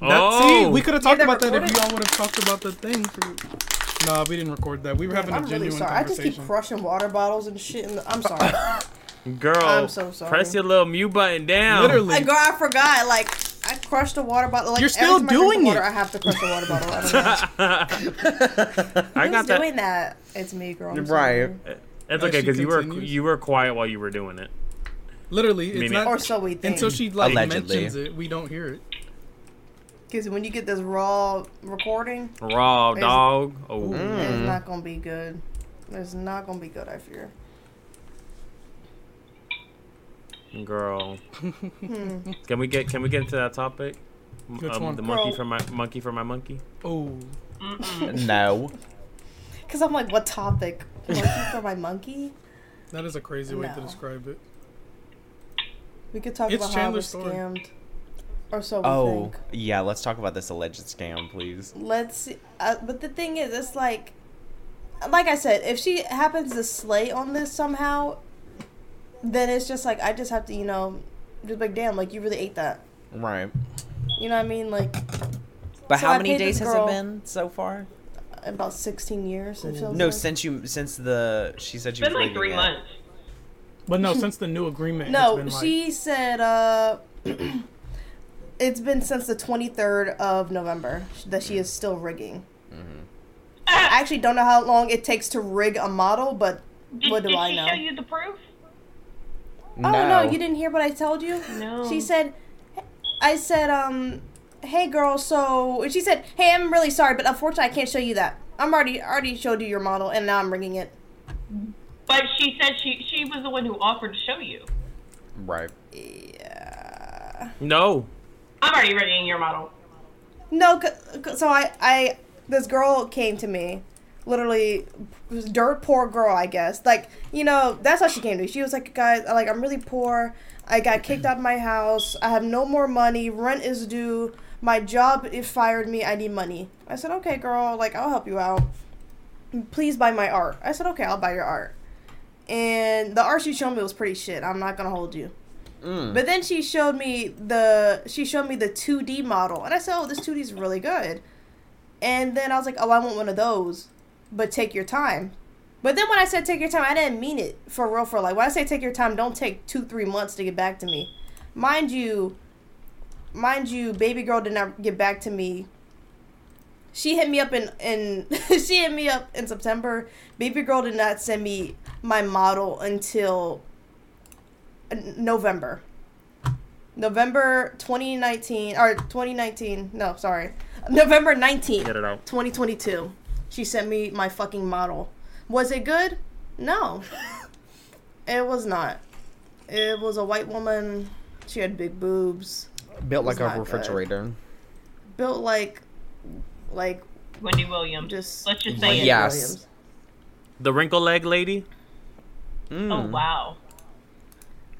Speaker 3: Oh.
Speaker 4: That, see, we could have talked
Speaker 1: that
Speaker 4: about that if
Speaker 1: recorded?
Speaker 4: you all would have talked about the thing. for- Nah, we didn't record that. We were having
Speaker 1: I'm
Speaker 4: a
Speaker 1: really
Speaker 4: genuine
Speaker 1: sorry. I just
Speaker 4: conversation.
Speaker 1: keep crushing water bottles and shit. In the, I'm sorry.
Speaker 3: Girl,
Speaker 1: I'm so sorry.
Speaker 3: press your little mute button down. (laughs)
Speaker 4: Literally,
Speaker 1: Like, girl, I forgot. Like, I crushed a water bottle. Like,
Speaker 4: You're
Speaker 1: every
Speaker 4: still
Speaker 1: time I drink the
Speaker 4: doing
Speaker 1: water,
Speaker 4: it.
Speaker 1: I have to crush a water bottle. I don't know.
Speaker 3: (laughs) I
Speaker 1: Who's
Speaker 3: got that.
Speaker 1: doing that? It's me, girl. I'm sorry.
Speaker 2: Right.
Speaker 3: That's
Speaker 4: As
Speaker 3: okay
Speaker 4: she
Speaker 3: because you were
Speaker 4: continues.
Speaker 3: you were quiet while you were doing it.
Speaker 4: literally, it's
Speaker 3: Meaning-
Speaker 4: not.
Speaker 1: Or so we think.
Speaker 4: until she like
Speaker 2: Allegedly.
Speaker 4: mentions it, we don't hear it.
Speaker 1: Because when you get this raw recording,
Speaker 3: Raw
Speaker 1: There's-
Speaker 3: dog. Oh,
Speaker 1: it's not gonna be good. It's not gonna be good. I fear. Mm-hmm.
Speaker 3: girl.
Speaker 1: Hmm.
Speaker 3: can we get can we get into that topic? M- um,
Speaker 4: Which one?
Speaker 3: The monkey
Speaker 1: Girl.
Speaker 3: for my monkey for my monkey.
Speaker 4: Oh,
Speaker 2: (laughs) no.
Speaker 1: Because I'm like, what topic? Monkey for my monkey?
Speaker 4: that is a crazy way to
Speaker 1: No.
Speaker 4: describe it.
Speaker 1: We could talk
Speaker 4: It's
Speaker 1: about how I was
Speaker 4: Chandler's story.
Speaker 1: scammed. Or so we
Speaker 2: Oh,
Speaker 1: think.
Speaker 2: yeah, let's talk about this alleged scam, please.
Speaker 1: let's see. Uh, but the thing is, it's like, like I said, if she happens to slay on this somehow, then it's just like I just have to, you know, just like damn, like you really ate that.
Speaker 2: Right.
Speaker 1: You know what I mean? Like
Speaker 2: But
Speaker 1: So
Speaker 2: how
Speaker 1: I
Speaker 2: many
Speaker 1: paid
Speaker 2: days
Speaker 1: this
Speaker 2: has
Speaker 1: girl-
Speaker 2: it been so far?
Speaker 1: about sixteen years. It feels
Speaker 2: No,
Speaker 1: like.
Speaker 2: since you since the she said
Speaker 6: It's
Speaker 2: you
Speaker 6: been
Speaker 2: were
Speaker 6: like three months.
Speaker 4: But no, since the new agreement,
Speaker 1: no.
Speaker 4: it's been like,
Speaker 1: she said, uh, (clears throat) it's been since the twenty third of November that she is still rigging.
Speaker 6: Mm-hmm.
Speaker 1: I actually don't know how long it takes to rig a model, but
Speaker 6: Did,
Speaker 1: what do
Speaker 6: did
Speaker 1: I
Speaker 6: she
Speaker 1: know?
Speaker 6: show you the proof?
Speaker 1: Oh no. you didn't hear what I told you?
Speaker 6: No.
Speaker 1: She said I said, um, hey girl, so and she said, Hey, I'm really sorry, but unfortunately I can't show you that. I'm already already showed you your model and now I'm ringing it.
Speaker 6: But she said she she was the one who offered to show you.
Speaker 2: Right.
Speaker 1: Yeah.
Speaker 3: No.
Speaker 6: I'm already readying your model.
Speaker 1: No, c- c- so I I this girl came to me literally this dirt poor girl i guess like you know that's how she came to me she was like guys like i'm really poor i got kicked out of my house i have no more money rent is due my job it fired me i need money i said okay girl like i'll help you out please buy my art i said okay i'll buy your art and the art she showed me was pretty shit i'm not gonna hold you but then she showed me the she showed me the 2d model and i said oh this 2d is really good and then i was like oh i want one of those but take your time. But then when I said take your time, I didn't mean it for real. For like when I say take your time, don't take two three months to get back to me. Mind you, mind you, baby girl did not get back to me she hit me up in in (laughs) she hit me up in September. Baby girl did not send me my model until uh, November. November 2019 or 2019. No, sorry. November 19th.
Speaker 3: Get it out.
Speaker 1: 2022. She sent me my fucking model. Was it good? No. it was not. It was a white woman. She had big boobs.
Speaker 2: Built like
Speaker 1: It's not
Speaker 2: a
Speaker 1: good.
Speaker 2: refrigerator.
Speaker 1: Built like like
Speaker 6: Wendy Williams.
Speaker 1: just
Speaker 6: Let's just
Speaker 1: like
Speaker 6: say
Speaker 2: Yeah.
Speaker 6: it.
Speaker 2: Yes.
Speaker 1: Williams.
Speaker 3: The wrinkle leg lady.
Speaker 6: Oh
Speaker 2: Mm.
Speaker 6: wow.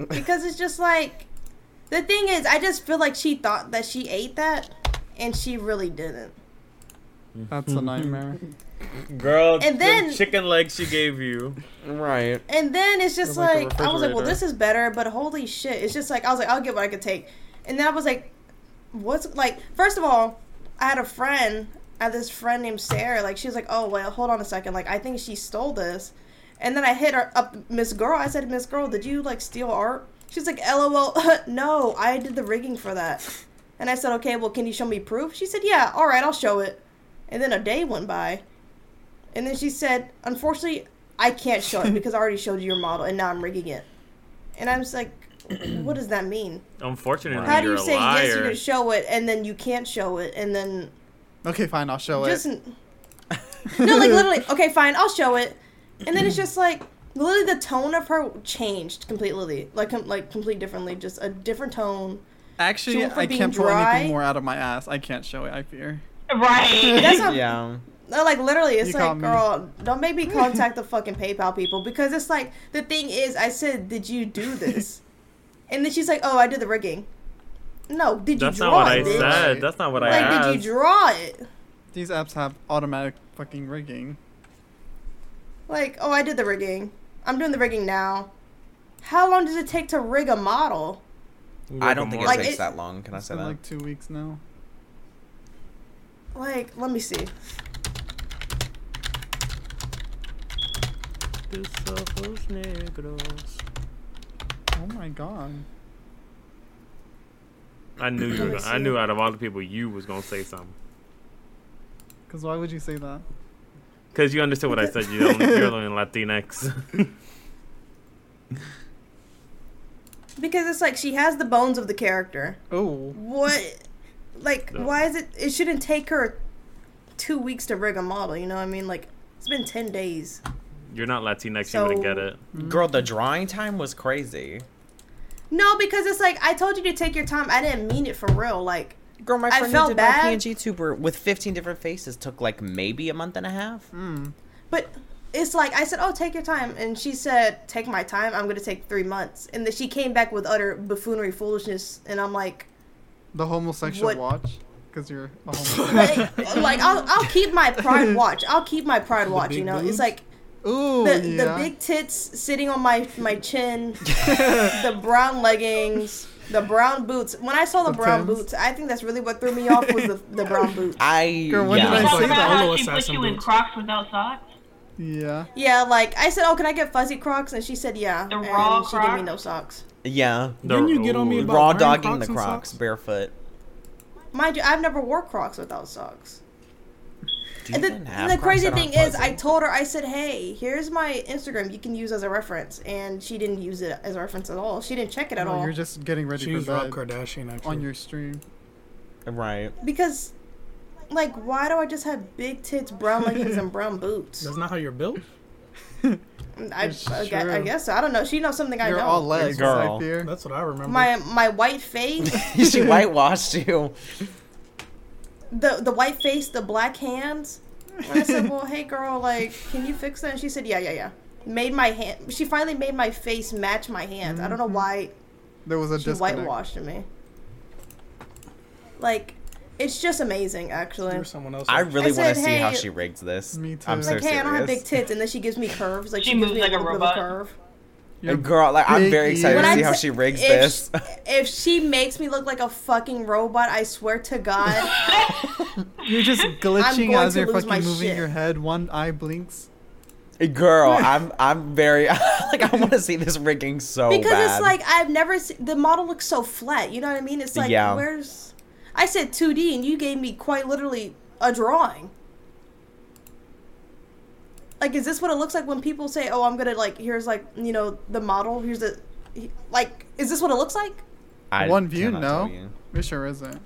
Speaker 1: Because it's just like the thing is, I just feel like she thought that she ate that and she really didn't.
Speaker 5: That's a nightmare.
Speaker 3: Girl,
Speaker 1: And
Speaker 3: them
Speaker 1: then-
Speaker 3: chicken legs she gave you.
Speaker 2: Right.
Speaker 1: And then it's just
Speaker 5: Or like a
Speaker 1: like, I was like, well,
Speaker 5: refrigerator.
Speaker 1: this is better, but holy shit. It's just like, I was like, I'll get what I could take. And then I was like, what's like, first of all, I had a friend, I had this friend named Sarah. Like, she was like, oh, well, hold on a second. Like, I think she stole this. And then I hit her up, Miss Girl. I said, Miss Girl, did you like steal art? She's like, lol, (laughs) no, I did the rigging for that. And I said, okay, well, can you show me proof? She said, yeah, all right, I'll show it. And then a day went by. And then she said, unfortunately, I can't show
Speaker 3: (laughs)
Speaker 1: it because I already showed you your model and now I'm rigging it. And I'm just
Speaker 3: (clears throat)
Speaker 1: like, what does that mean?
Speaker 3: Unfortunately,
Speaker 1: How do
Speaker 3: Oh, you're
Speaker 1: you
Speaker 3: a
Speaker 1: say
Speaker 3: liar.
Speaker 1: yes, you can show it, and then you can't show it, and then
Speaker 5: Okay, fine. I'll show
Speaker 1: just
Speaker 5: it.
Speaker 1: no,
Speaker 3: (laughs)
Speaker 1: like literally, okay, fine, I'll show it, and then it's just like literally the tone of her changed completely, like com- like completely differently, just a different tone. she
Speaker 5: (laughs) Actually,
Speaker 1: went from
Speaker 5: I
Speaker 1: being
Speaker 5: can't pull
Speaker 1: dry-
Speaker 5: anything more out of my ass. I can't show it. I fear.
Speaker 6: Right.
Speaker 1: (laughs)
Speaker 6: (laughs)
Speaker 1: That's not
Speaker 2: Yeah.
Speaker 1: No, like literally, it's
Speaker 5: You
Speaker 1: like,
Speaker 5: caught me.
Speaker 1: girl, don't make
Speaker 5: (laughs)
Speaker 1: me contact the fucking PayPal people because it's like the thing is, I said, did you do
Speaker 5: (laughs)
Speaker 1: this? and then she's like, oh, I did the rigging. No, did
Speaker 3: That's
Speaker 1: you
Speaker 3: not
Speaker 1: draw
Speaker 3: what I
Speaker 1: it? bitch?
Speaker 3: said. That's not what I
Speaker 1: Like,
Speaker 3: asked.
Speaker 1: did you draw it?
Speaker 5: These apps have automatic fucking rigging.
Speaker 1: Like, oh, I did the rigging. I'm doing the rigging now. How long does it take to rig a model?
Speaker 2: I don't think it
Speaker 1: Like,
Speaker 2: takes
Speaker 1: it-
Speaker 2: that long. Can I
Speaker 5: It's
Speaker 2: say
Speaker 5: been
Speaker 2: that?
Speaker 5: like two weeks now.
Speaker 1: Like, let me see.
Speaker 5: Oh my god.
Speaker 3: I knew you. Were, I knew out of all the people, you was gonna say something.
Speaker 5: Because why would you say that?
Speaker 3: Cause you understood what I said. You're
Speaker 1: (laughs)
Speaker 3: only, you're only Latinx. (laughs)
Speaker 1: Because it's like she has the bones of the character.
Speaker 5: Oh.
Speaker 1: What? Like,
Speaker 3: No.
Speaker 1: why is it? It shouldn't take her two weeks to rig a model. You know what I mean? Like, it's been ten days.
Speaker 3: you're not Latinx. you wouldn't get
Speaker 1: So-
Speaker 3: it.
Speaker 2: Girl, the drawing time was crazy.
Speaker 1: No, because it's like I told you to take your time. I didn't mean it for real. Like,
Speaker 2: Girl, my
Speaker 1: I
Speaker 2: friend
Speaker 1: felt
Speaker 2: who did
Speaker 1: bad.
Speaker 2: my PNG tuber with 15 different faces took like maybe a month and a half.
Speaker 1: but it's like I said, "Oh, take your time," and she said, "Take my time. I'm gonna take three months." And then she came back with utter buffoonery foolishness, and I'm like,
Speaker 5: The homosexual
Speaker 1: What-
Speaker 5: watch?
Speaker 2: (laughs)
Speaker 5: Because you're a homosexual.
Speaker 1: like, like, I'll, I'll keep my pride watch. I'll keep my pride watch. You
Speaker 4: big
Speaker 1: know, it's
Speaker 4: boobs?
Speaker 1: like
Speaker 5: Ooh,
Speaker 1: the
Speaker 5: Oh, yeah.
Speaker 1: the big tits sitting on my my chin, the brown leggings, the brown boots. When I saw the brown
Speaker 5: Sometimes.
Speaker 1: boots, I think that's really what threw me off was the, the brown boots.
Speaker 2: I.
Speaker 5: Girl, when
Speaker 2: yeah.
Speaker 5: did I
Speaker 6: Talk
Speaker 5: say
Speaker 6: about
Speaker 5: that?
Speaker 6: how
Speaker 4: Hello,
Speaker 6: she put
Speaker 4: assassin
Speaker 6: you in
Speaker 4: boots.
Speaker 6: Crocs
Speaker 1: (laughs)
Speaker 6: without socks.
Speaker 5: Yeah.
Speaker 1: Yeah, like I said, oh, can I get fuzzy Crocs? And she said, yeah.
Speaker 6: The
Speaker 1: and
Speaker 6: raw
Speaker 1: she gave me
Speaker 6: Crocs?
Speaker 1: no socks.
Speaker 2: yeah.
Speaker 4: Didn't you get on me
Speaker 3: Ooh.
Speaker 4: about-
Speaker 2: Raw
Speaker 4: wearing
Speaker 2: dogging
Speaker 4: Crocs
Speaker 2: the
Speaker 4: and
Speaker 2: Crocs
Speaker 4: socks?
Speaker 2: barefoot.
Speaker 1: Mind you, I've never wore Crocs without socks.
Speaker 2: Do you
Speaker 1: And the,
Speaker 2: even have
Speaker 1: and the
Speaker 2: Crocs
Speaker 1: crazy
Speaker 2: that
Speaker 1: thing
Speaker 2: aren't
Speaker 1: is,
Speaker 2: fuzzy?
Speaker 1: I told her, I said, hey, here's my Instagram you can use as a reference. And she didn't use it as a reference at all. She didn't check it at
Speaker 5: No,
Speaker 1: all.
Speaker 5: Oh, you're just getting ready
Speaker 4: She's
Speaker 5: for
Speaker 4: Rob
Speaker 5: bed
Speaker 4: Kardashian actually.
Speaker 5: on your stream.
Speaker 2: Right.
Speaker 1: Because, like, why do I just have big tits,
Speaker 5: (laughs)
Speaker 1: brown leggings, and brown boots?
Speaker 4: That's not how you're built.
Speaker 1: I, I,
Speaker 5: It's
Speaker 1: gue- I
Speaker 5: true.
Speaker 1: guess so. I don't know. She knows something I
Speaker 5: You're
Speaker 1: don't.
Speaker 5: all legs,
Speaker 2: Girl.
Speaker 5: I fear.
Speaker 4: That's what I remember.
Speaker 1: my my white
Speaker 5: (laughs)
Speaker 1: face, (laughs)
Speaker 2: she whitewashed you.
Speaker 1: the the white face, the black hands. And I
Speaker 2: (laughs)
Speaker 1: said, "Well, hey girl, like, can you fix that?" And she said, "Yeah, yeah, yeah." Made my hand. She finally made my face match my hands. I don't
Speaker 2: Mm-hmm.
Speaker 1: know why
Speaker 5: There was a
Speaker 1: she
Speaker 5: disconnect.
Speaker 1: whitewashed me. Like, it's just amazing, actually.
Speaker 4: You're someone else.
Speaker 2: I really want to
Speaker 1: said,
Speaker 2: see how
Speaker 1: hey-
Speaker 2: she rigs this.
Speaker 5: Me
Speaker 2: I'm
Speaker 5: too.
Speaker 2: so
Speaker 1: Like, hey, I don't have big
Speaker 2: serious.
Speaker 1: tits, and then she gives me curves. Like, she,
Speaker 6: She
Speaker 1: gives
Speaker 6: moves
Speaker 1: me
Speaker 6: like
Speaker 1: a
Speaker 6: a
Speaker 1: little bit of
Speaker 6: robot.
Speaker 1: a curve.
Speaker 5: You're
Speaker 2: Girl, like I'm
Speaker 5: big
Speaker 2: very excited
Speaker 5: ears.
Speaker 2: to
Speaker 1: When
Speaker 2: see
Speaker 1: I
Speaker 2: how
Speaker 1: t-
Speaker 2: she rigs
Speaker 1: if
Speaker 2: this. (laughs)
Speaker 1: sh- if she makes me look like a fucking robot, I swear to God,
Speaker 2: (laughs)
Speaker 5: You're just glitching
Speaker 1: going
Speaker 5: as
Speaker 1: to
Speaker 5: you're
Speaker 1: lose
Speaker 5: fucking
Speaker 1: my
Speaker 5: moving
Speaker 1: shit.
Speaker 5: your head. One eye blinks.
Speaker 2: Girl, I'm I'm very (laughs) like I want to see this rigging so
Speaker 1: because
Speaker 2: bad.
Speaker 1: it's like I've never seen the model looks so flat. You know what I mean? It's like
Speaker 2: Yeah.
Speaker 1: where's I said 2D and you gave me quite literally a drawing. Like, is this what it looks like when people say, "Oh, I'm gonna like here's like you know the model, here's the he- like"? Is this what it looks like?
Speaker 2: I
Speaker 5: One view,
Speaker 2: cannot tell
Speaker 5: no.
Speaker 2: you.
Speaker 5: It sure isn't.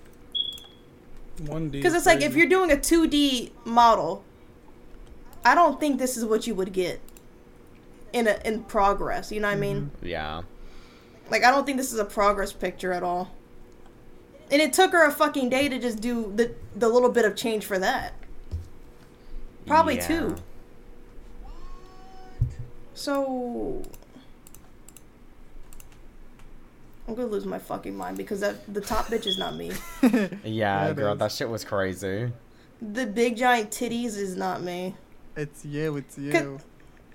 Speaker 5: (laughs)
Speaker 4: One D.
Speaker 1: Because it's like if you're doing a 2D model, I don't think this is what you would get in a in progress. You know what I mean?
Speaker 2: Yeah.
Speaker 1: Like I don't think this is a progress picture at all. And it took her a fucking day to just do the the little bit of change for that. Probably
Speaker 2: Yeah.
Speaker 1: two. So I'm gonna lose my fucking mind because that the top bitch is not me.
Speaker 2: Yeah,
Speaker 5: Yeah, it
Speaker 2: girl,
Speaker 5: is.
Speaker 2: that shit was crazy.
Speaker 1: The big giant titties is not me.
Speaker 5: It's you, it's you.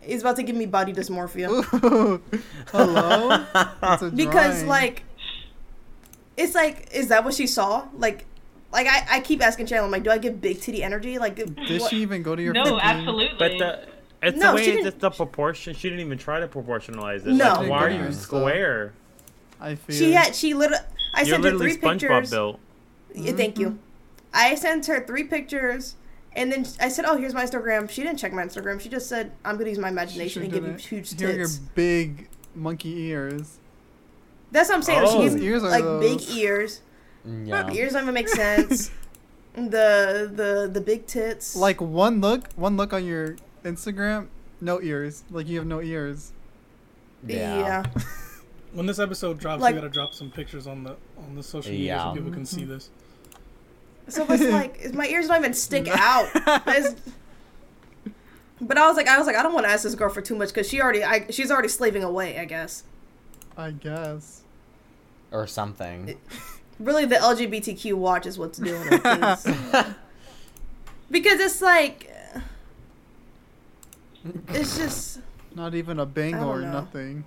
Speaker 1: He's about to give me body dysmorphia.
Speaker 5: Ooh. (laughs) Hello? It's a
Speaker 1: because
Speaker 5: drawing.
Speaker 1: like it's like is that what she saw like like i, I keep asking Chandler, I'm like do i give big titty energy like
Speaker 5: Did
Speaker 1: what-
Speaker 5: she even go to your
Speaker 6: No,
Speaker 5: fucking-
Speaker 6: absolutely.
Speaker 3: But the it's
Speaker 1: No,
Speaker 3: the
Speaker 1: she
Speaker 3: way it's
Speaker 1: didn't-
Speaker 3: the proportion. She didn't even try to proportionalize it.
Speaker 1: No.
Speaker 3: Like, why are
Speaker 5: Yeah.
Speaker 3: you
Speaker 5: So-
Speaker 3: square?
Speaker 5: I feel
Speaker 1: she had she literally i
Speaker 3: You're
Speaker 1: sent her
Speaker 3: literally
Speaker 1: three
Speaker 3: SpongeBob
Speaker 1: pictures
Speaker 3: built.
Speaker 1: yeah, thank you i sent her three pictures and then i said oh here's my instagram she didn't check my instagram she just said i'm gonna use my
Speaker 5: She
Speaker 1: imagination
Speaker 5: sure
Speaker 1: and give you
Speaker 5: didn't.
Speaker 1: huge
Speaker 5: Here are your
Speaker 1: tits
Speaker 5: big monkey ears.
Speaker 1: that's what i'm saying like,
Speaker 3: Oh.
Speaker 1: she gave
Speaker 3: Whose
Speaker 5: ears are
Speaker 1: like big
Speaker 5: those?
Speaker 1: ears
Speaker 2: Yeah.
Speaker 1: ears don't even make
Speaker 5: (laughs)
Speaker 1: sense the the the big tits
Speaker 5: Like one look, one look on your Instagram, no ears. Like you have no ears.
Speaker 1: yeah.
Speaker 4: when this episode drops,
Speaker 1: Like- Mm-hmm.
Speaker 4: we gotta drop some pictures on the on the social media
Speaker 2: Yeah.
Speaker 4: so people can see this.
Speaker 1: So it's like is my ears don't even
Speaker 5: (laughs)
Speaker 1: stick out. But, it's, but I was like, I was like, I don't want to ask this girl for too much because she already, I, she's already slaving away. I guess
Speaker 5: I guess.
Speaker 2: Or something.
Speaker 1: really the LGBTQ watch is what's doing it 'cause-
Speaker 5: (laughs)
Speaker 1: because it's like it's just
Speaker 5: Not even a bang
Speaker 1: I don't
Speaker 5: or
Speaker 1: know.
Speaker 5: nothing.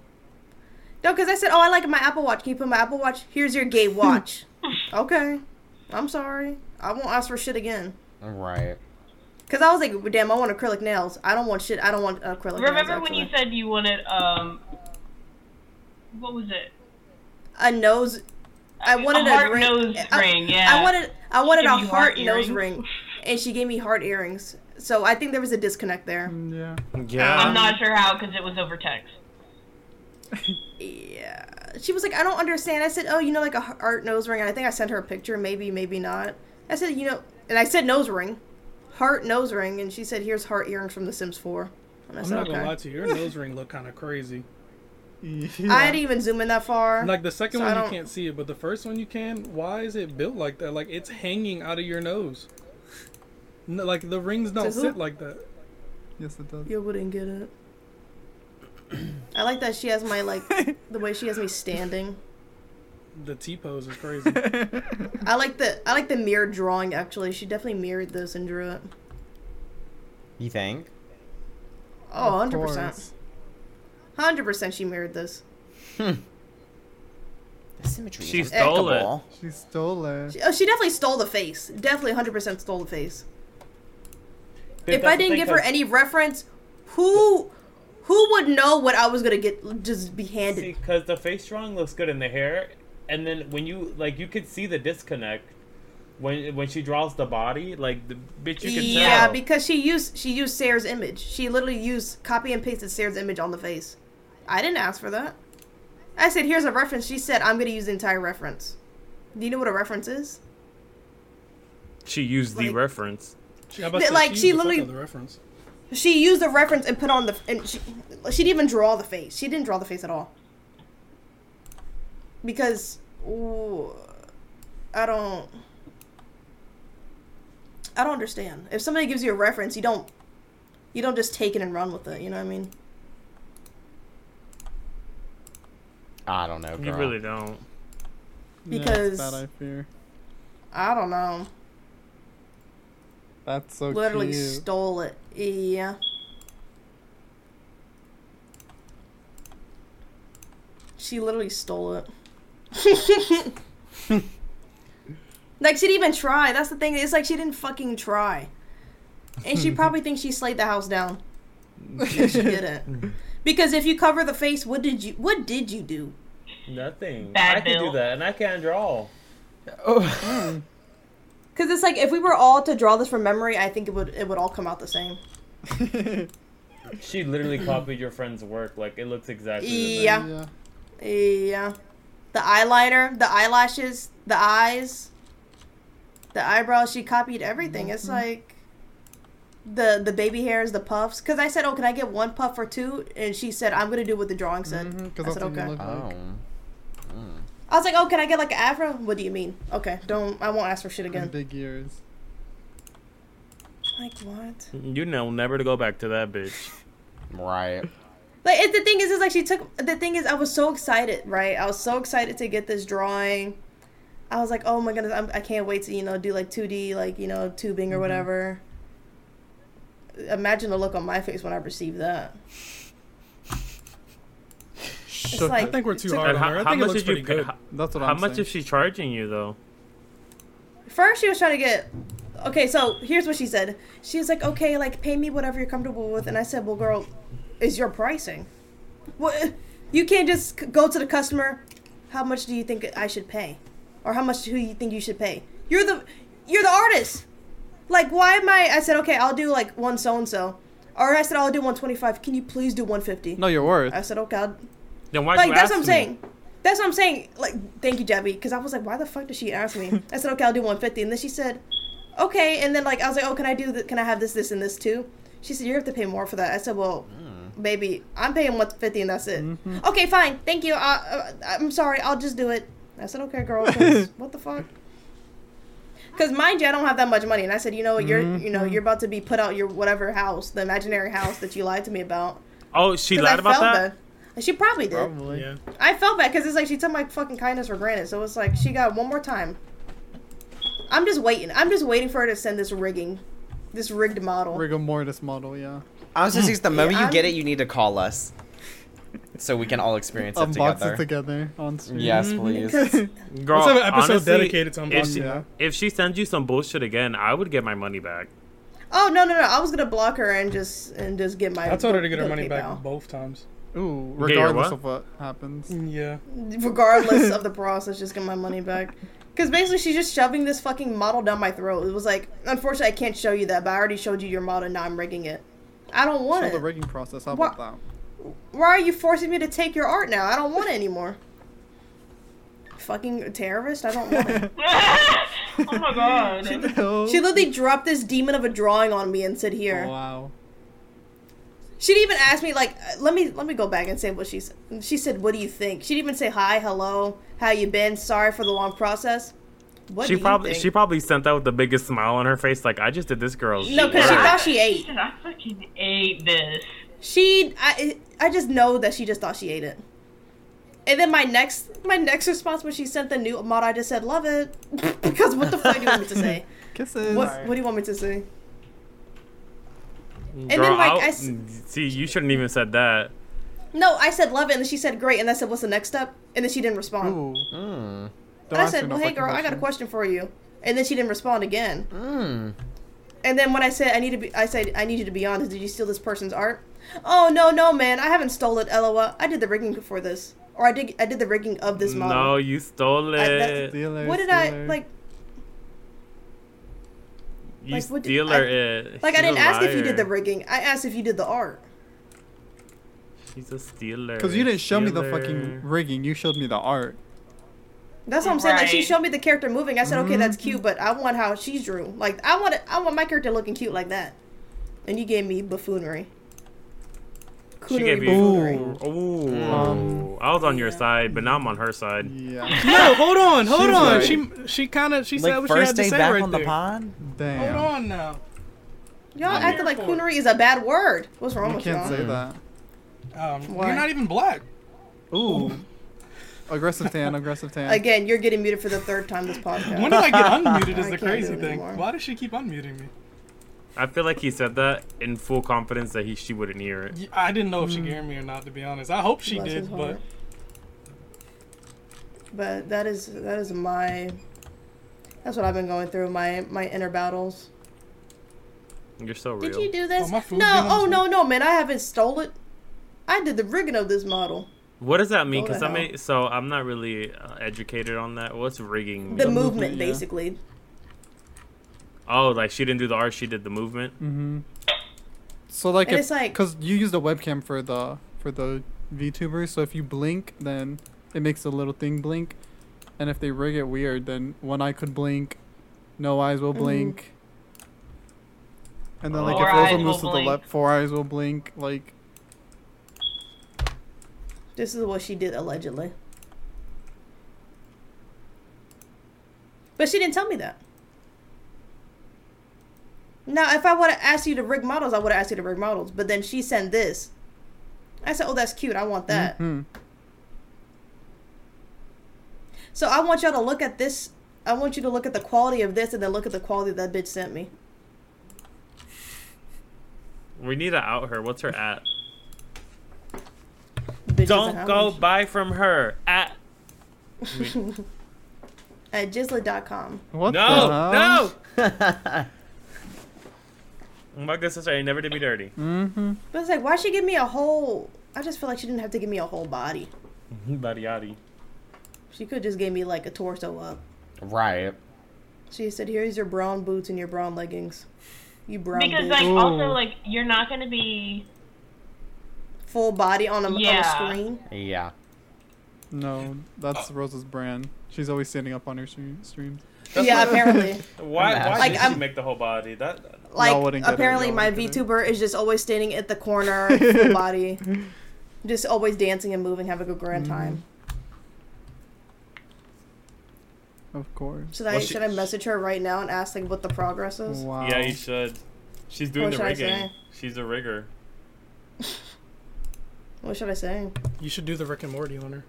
Speaker 1: no. Because I said, oh, I like my Apple Watch. Can you put my Apple Watch? Here's your gay
Speaker 6: (laughs)
Speaker 1: watch. okay, I'm sorry. I won't ask for shit again.
Speaker 2: (laughs) right.
Speaker 1: Cause I was like, damn, I want acrylic nails. I don't want shit. I don't want acrylic nails.
Speaker 6: Remember when you
Speaker 1: actually.
Speaker 6: said you wanted um, what was it?
Speaker 1: a nose. I wanted a,
Speaker 6: heart
Speaker 1: ring.
Speaker 6: nose
Speaker 1: I,
Speaker 6: ring. Yeah.
Speaker 1: I wanted I wanted a
Speaker 6: Give
Speaker 1: heart,
Speaker 6: you heart
Speaker 1: nose
Speaker 6: earrings.
Speaker 1: ring, and she gave me heart earrings. So I think there was a disconnect there.
Speaker 5: Mm, Yeah.
Speaker 3: Yeah.
Speaker 2: Uh-huh.
Speaker 6: I'm not sure how because it was over text. (laughs)
Speaker 1: Yeah. She was like, I don't understand. I said, Oh, you know, like a heart nose ring. And I think I sent her a picture. Maybe, maybe not. I said, you know, and I said nose ring, heart nose ring, and she said, Here's heart earrings from The Sims 4. And I
Speaker 4: I'm
Speaker 1: said,
Speaker 4: not gonna lie
Speaker 1: Okay.
Speaker 4: to you, your nose ring look kind of crazy.
Speaker 5: Yeah.
Speaker 1: I didn't even zoom in that far.
Speaker 4: Like the second
Speaker 1: So I
Speaker 4: one you
Speaker 1: don't-
Speaker 4: can't see it, but the first one you can. Why is it built like that? Like it's hanging out of your nose. No, like the rings don't
Speaker 1: who?
Speaker 4: sit like that.
Speaker 5: yes, it does.
Speaker 1: you wouldn't get it. I like that she has my
Speaker 4: (laughs)
Speaker 1: like the way she has me standing.
Speaker 4: The T pose is
Speaker 1: (laughs)
Speaker 4: crazy.
Speaker 1: I like the I like the mirror drawing actually. She definitely mirrored this and drew it.
Speaker 2: You think?
Speaker 1: Oh,
Speaker 5: Of
Speaker 1: 100 percent.
Speaker 5: course.
Speaker 1: Hundred percent, she mirrored this.
Speaker 2: Hmm. The symmetry.
Speaker 3: She
Speaker 2: is
Speaker 3: stole it.
Speaker 2: impeccable.
Speaker 5: She stole it.
Speaker 1: She, oh, she definitely stole the face. Definitely, hundred percent stole the face.
Speaker 3: Dude,
Speaker 1: if
Speaker 3: that's
Speaker 1: I
Speaker 3: the
Speaker 1: didn't
Speaker 3: thing,
Speaker 1: give her
Speaker 3: 'cause-
Speaker 1: any reference, who who would know what I was gonna get? Just be handed.
Speaker 3: because the face drawing looks good in the hair, and then when you like, you could see the disconnect when when she draws the body. Like the bitch, you can
Speaker 1: Yeah,
Speaker 3: tell.
Speaker 1: because she used she used Sarah's image. She literally used copy and pasted Sarah's image on the face. I didn't ask for that. I said, "Here's a reference." She said, "I'm gonna use the entire reference." Do you know what a reference is?
Speaker 3: she used the
Speaker 1: like-
Speaker 3: reference.
Speaker 4: She, I'm about to
Speaker 1: Th-
Speaker 4: say
Speaker 1: like,
Speaker 4: used
Speaker 1: she
Speaker 4: the fuck
Speaker 1: literally-
Speaker 4: out of the reference.
Speaker 1: She used the reference and put on the and she she didn't even draw the face. She didn't draw the face at all. Because ooh, I don't I don't understand. If somebody gives you a reference, you don't you don't just take it and run with it, you know what I mean?
Speaker 2: I don't know, girl.
Speaker 3: You really don't.
Speaker 1: Because-
Speaker 5: That's bad, I fear.
Speaker 1: I don't know.
Speaker 5: That's so
Speaker 1: Literally
Speaker 5: cute.
Speaker 1: stole it. Yeah. She literally stole
Speaker 5: (laughs)
Speaker 1: it. like she didn't even try. That's the thing. It's like she didn't fucking try. And
Speaker 5: (laughs)
Speaker 1: she probably thinks she slayed the house down. And she
Speaker 5: (laughs)
Speaker 1: didn't. Because if you cover the face, what did you what did you do?
Speaker 3: Nothing.
Speaker 6: Bad
Speaker 3: I can
Speaker 2: (laughs)
Speaker 6: bill.
Speaker 3: do that, and I can draw.
Speaker 2: Oh.
Speaker 1: Because it's like if we were all to draw this from memory, I think it would it would all come out the same.
Speaker 5: (laughs)
Speaker 3: She literally copied your friend's work. Like it looks exactly the same.
Speaker 1: Yeah. Yeah. The eyeliner, the eyelashes, the eyes, the eyebrows. She copied everything. It's
Speaker 5: Mm-hmm.
Speaker 1: like the the baby hairs, the puffs. Because I said, "Oh, can I get one puff or two? And she said, "I'm gonna do what the drawing said."
Speaker 5: Mhm, 'cause
Speaker 1: I
Speaker 5: that's
Speaker 1: said,
Speaker 5: what you
Speaker 1: "Okay."
Speaker 5: look
Speaker 2: Oh.
Speaker 5: like.
Speaker 2: Mm.
Speaker 1: I was like, "Oh, can I get like an afro?" What do you mean? Okay, don't. I won't ask for shit
Speaker 5: And
Speaker 1: again.
Speaker 5: Big ears.
Speaker 1: Like what?
Speaker 3: You know, never to go back to that bitch.
Speaker 2: Right.
Speaker 1: Like it, the thing is, is like she took. The thing is, I was so excited, right? I was so excited to get this drawing. I was like, oh my goodness, I'm, I can't wait to you know do like 2D, like you know tubing or whatever. Imagine the look on my face when I received that. It's
Speaker 4: I think we're too
Speaker 1: took-
Speaker 4: hard
Speaker 3: And
Speaker 4: on her.
Speaker 3: how,
Speaker 4: I
Speaker 3: how
Speaker 4: think it
Speaker 3: much
Speaker 4: looks
Speaker 3: did you
Speaker 4: pretty
Speaker 3: pay?
Speaker 4: good.
Speaker 3: How,
Speaker 5: That's what
Speaker 3: how
Speaker 5: I'm
Speaker 3: much
Speaker 5: saying.
Speaker 3: is she charging you though?
Speaker 1: First, she was trying to get. Okay, so here's what she said. She was like, okay, like pay me whatever you're comfortable with, and I said, well, girl, is your pricing? What? (laughs) You can't just c- go to the customer. How much do you think I should pay, or how much do you think you should pay? You're the, you're the artist. Like, why am I? I said, okay, I'll do like one so and so, or I said, I'll do 125. Can you please do 150?
Speaker 5: No, you're worth.
Speaker 1: I said, okay, I'll,
Speaker 3: Then why?
Speaker 1: like
Speaker 3: you
Speaker 1: that's
Speaker 3: ask
Speaker 1: what I'm
Speaker 3: me?
Speaker 1: saying. That's what I'm saying. Like, thank you, Debbie, because I was like, why the fuck did she ask me? I said, okay, I'll do 150, and then she said, okay, and then like I was like, oh, can I do? Th- can I have this, this, and this too? She said, you have to pay more for that. I said, well,
Speaker 3: Hmm.
Speaker 1: baby, I'm paying 150, and that's it.
Speaker 3: Mm-hmm.
Speaker 1: Okay, fine, thank you. I, uh, I'm sorry, I'll just do it. I said, okay, girl,
Speaker 3: (laughs)
Speaker 1: 'cause what the fuck? Because mind you, I don't have that much money, and I said, you know, what, you're, you know,
Speaker 3: Mm-hmm.
Speaker 1: you're about to be put out your whatever house, the imaginary house that you lied to me about.
Speaker 3: Oh, she
Speaker 1: 'Cause I
Speaker 3: lied about
Speaker 1: felt
Speaker 3: that.
Speaker 1: bad. She probably did.
Speaker 5: Probably.
Speaker 4: Yeah.
Speaker 1: I felt bad because it's like she took my fucking kindness for granted. So it's like she got one more time. I'm just waiting. I'm just waiting for her to send this rigging, this rigged model.
Speaker 5: Rigor mortis model, yeah.
Speaker 2: Honestly, since the moment you get
Speaker 1: I'm-
Speaker 2: it, you need to call us, so we can all experience it
Speaker 5: Unbox
Speaker 2: together.
Speaker 5: it together on stream.
Speaker 2: Yes, please.
Speaker 3: Girl,
Speaker 4: Let's have an episode
Speaker 3: honestly,
Speaker 4: dedicated to
Speaker 3: if
Speaker 4: unboxing
Speaker 3: Mm-hmm. she,
Speaker 5: that.
Speaker 3: if she sends you some bullshit again, I would get my money back.
Speaker 1: Oh no no no! I was gonna block her and just and just get my.
Speaker 4: I told her to get her
Speaker 1: go
Speaker 4: money back
Speaker 1: PayPal.
Speaker 4: both times.
Speaker 5: Ooh,
Speaker 3: Okay, you're
Speaker 5: regardless
Speaker 3: what?
Speaker 5: of what happens.
Speaker 4: Yeah.
Speaker 1: Regardless of the process, just get my money back. Because basically she's just shoving this fucking model down my throat. It was like, unfortunately, I can't show you that, but I already showed you your model. Now I'm rigging it. I don't want
Speaker 5: Show the
Speaker 1: it.
Speaker 5: rigging process. How
Speaker 1: What-
Speaker 5: about that?
Speaker 1: Why are you forcing me to take your art now? I don't want it anymore. Fucking terrorist! I don't want it.
Speaker 6: oh
Speaker 1: (laughs)
Speaker 6: my god.
Speaker 1: She literally dropped this demon of a drawing on me and said, "Here."
Speaker 5: Oh, Wow.
Speaker 1: She didn't even ask me like, uh, "Let me let me go back and say what she said." She said, "What do you think?" She didn't even say hi, hello, how you been? Sorry for the long process. What
Speaker 3: she
Speaker 1: do
Speaker 3: probably
Speaker 1: you
Speaker 3: she
Speaker 1: think?
Speaker 3: probably sent that with the biggest smile on her face, like I just did this girl's.
Speaker 1: no, because she
Speaker 3: work."
Speaker 1: thought she ate.
Speaker 6: I fucking ate this.
Speaker 1: She, I, I just know that she just thought she ate it. And then my next my next response when she sent the new mod, I just said, "Love it," (laughs) because what the fuck do you want me to
Speaker 3: (laughs)
Speaker 1: say?
Speaker 5: Kisses.
Speaker 1: What what do you want me to say? And
Speaker 3: Mm. Girl,
Speaker 1: then like
Speaker 3: I'll-
Speaker 1: I s-
Speaker 3: see, you shouldn't even said that.
Speaker 1: No, I said love it, and then she said great, and I said what's the next step, and then she didn't respond.
Speaker 5: Ooh.
Speaker 2: Mm.
Speaker 5: Don't
Speaker 1: I
Speaker 5: ask
Speaker 1: said,
Speaker 5: me no
Speaker 1: well, hey
Speaker 5: fucking
Speaker 1: girl, I got a question for you, and then she didn't respond again.
Speaker 2: Mm.
Speaker 1: And then when I said I need to be, I said I need you to be honest. Did you steal this person's art? Oh no, no, man, I haven't stole it. LOL. I did the rigging for this, or I did I did the rigging of this
Speaker 3: No,
Speaker 1: model.
Speaker 3: you stole it.
Speaker 1: I- that-
Speaker 5: Stealer,
Speaker 1: what did I
Speaker 5: stealer.
Speaker 1: like?
Speaker 3: you
Speaker 1: like, what did-
Speaker 3: steal
Speaker 1: I-
Speaker 3: her it.
Speaker 1: Like I
Speaker 3: She's
Speaker 1: didn't
Speaker 3: a
Speaker 1: ask if you
Speaker 3: liar.
Speaker 1: did the rigging. I asked if you did the art.
Speaker 3: She's a stealer.
Speaker 5: Because you didn't show me the
Speaker 3: Stealer.
Speaker 5: fucking rigging. You showed me the art.
Speaker 1: That's what I'm saying. Like she
Speaker 6: Right.
Speaker 1: showed me the character moving. I said, okay, that's
Speaker 4: Mm-hmm.
Speaker 1: cute, but I want how she drew. Like I want it, I want my character looking cute like that. And you gave me buffoonery.
Speaker 3: She
Speaker 1: Coonery Um,
Speaker 3: gave you.
Speaker 1: buffoonery.
Speaker 3: Ooh, ooh. I was on your side, but now I'm on her side.
Speaker 5: Yeah.
Speaker 4: No, hold on, hold
Speaker 5: She's
Speaker 4: on.
Speaker 5: right.
Speaker 4: She she kind of she said
Speaker 2: Like
Speaker 4: what she had
Speaker 2: first
Speaker 4: to
Speaker 2: day
Speaker 4: say
Speaker 2: back
Speaker 4: right
Speaker 2: on
Speaker 4: there.
Speaker 2: the pod.
Speaker 5: (laughs) Damn.
Speaker 4: Hold on now.
Speaker 1: Y'all acting like
Speaker 4: for it.
Speaker 1: coonery is a bad word. What's wrong
Speaker 5: You
Speaker 1: with
Speaker 5: can't
Speaker 1: y'all?
Speaker 5: say that.
Speaker 4: Um,
Speaker 1: Why?
Speaker 4: you're not even black.
Speaker 5: Ooh. aggressive tan, aggressive tan.
Speaker 1: Again, you're getting muted for the third time
Speaker 4: (laughs)
Speaker 1: this podcast.
Speaker 4: When did I get unmuted?
Speaker 1: (laughs)
Speaker 4: Is
Speaker 1: I
Speaker 4: the
Speaker 1: can't
Speaker 4: crazy
Speaker 1: do it
Speaker 4: thing.
Speaker 1: anymore.
Speaker 4: Why does she keep unmuting me?
Speaker 3: I feel like he said that in full confidence that he she wouldn't hear it.
Speaker 4: Y- I didn't know if she heard me or not. To be honest, I hope she
Speaker 1: Mm. Bless his
Speaker 4: did, but
Speaker 1: heart. But that is that is my that's what I've been going through my my inner battles.
Speaker 3: You're so real.
Speaker 1: Did you do this?
Speaker 4: Oh, my food
Speaker 1: no,
Speaker 4: bill
Speaker 1: oh
Speaker 4: is-
Speaker 1: no, no, man, I haven't stole it. I did the rigging of this model.
Speaker 3: What does that mean?
Speaker 1: Go to
Speaker 3: Because I
Speaker 1: hell.
Speaker 3: may, so I'm not really uh, educated on that. What's rigging?
Speaker 1: the
Speaker 3: mean?
Speaker 1: movement
Speaker 5: yeah.
Speaker 1: basically
Speaker 3: Oh, like she didn't do the art, she did the movement.
Speaker 5: Mm-hmm. So like,
Speaker 1: And it's like-
Speaker 5: because you use the webcam for the for the VTubers, so if you blink, then it makes the little thing blink, and if they rig it weird, then one eye could blink, no eyes will
Speaker 1: Mm-hmm.
Speaker 5: blink, and then like
Speaker 6: Four
Speaker 5: if Rosa
Speaker 6: eyes
Speaker 5: moves to
Speaker 6: will
Speaker 5: the
Speaker 6: blink.
Speaker 5: left, four eyes will blink. Like,
Speaker 1: This is what she did allegedly. But she didn't tell me that. Now, if I would have asked you to rig models, I would have asked you to rig models. But then she sent this. I said, "Oh, that's cute. I want that."
Speaker 3: Mm-hmm.
Speaker 5: hmm.
Speaker 1: So I want y'all to look at this. I want you to look at the quality of this, and then look at the quality that bitch sent me.
Speaker 3: We need to out her. What's her at?
Speaker 1: Bitch doesn't
Speaker 3: Don't
Speaker 1: have
Speaker 3: go
Speaker 1: one.
Speaker 3: buy from her. At
Speaker 1: at jizzlet.com.
Speaker 5: What?
Speaker 3: no,
Speaker 5: the
Speaker 3: no.
Speaker 2: (laughs)
Speaker 3: My good sister ain't never did me dirty.
Speaker 5: Mm-hmm.
Speaker 1: But it's like, why she give me a whole? I just feel like she didn't have to give me a whole body.
Speaker 3: Body yaddy.
Speaker 1: She could just give me like a torso up.
Speaker 2: Right.
Speaker 1: She said, "Here's your brown boots and your brown leggings. You brown
Speaker 6: Because
Speaker 1: bitch.
Speaker 6: like also
Speaker 5: Ooh.
Speaker 6: like you're not gonna be
Speaker 1: full body on a,
Speaker 6: Yeah.
Speaker 1: on a screen.
Speaker 2: Yeah.
Speaker 5: No, that's Rosa's brand. She's always standing up on her stream- streams.
Speaker 1: yeah, apparently.
Speaker 3: Why? Why
Speaker 2: Like,
Speaker 3: did
Speaker 1: I'm-
Speaker 3: she make the whole body? That
Speaker 1: Like
Speaker 5: wouldn't get it,
Speaker 1: apparently,
Speaker 5: y'all
Speaker 1: my
Speaker 5: wouldn't get it.
Speaker 1: VTuber is just always standing at the corner, full body, just always dancing and moving, having a grand time.
Speaker 5: Of course.
Speaker 1: Should I
Speaker 2: Well, she-
Speaker 1: should I message her right now and ask like what the progress is?
Speaker 5: Wow.
Speaker 3: yeah, you should. She's doing
Speaker 1: Um, What
Speaker 3: the
Speaker 1: should I
Speaker 3: rigging.
Speaker 1: say?
Speaker 3: She's a rigger.
Speaker 1: What should I say?
Speaker 4: You should do the Rick and Morty on her.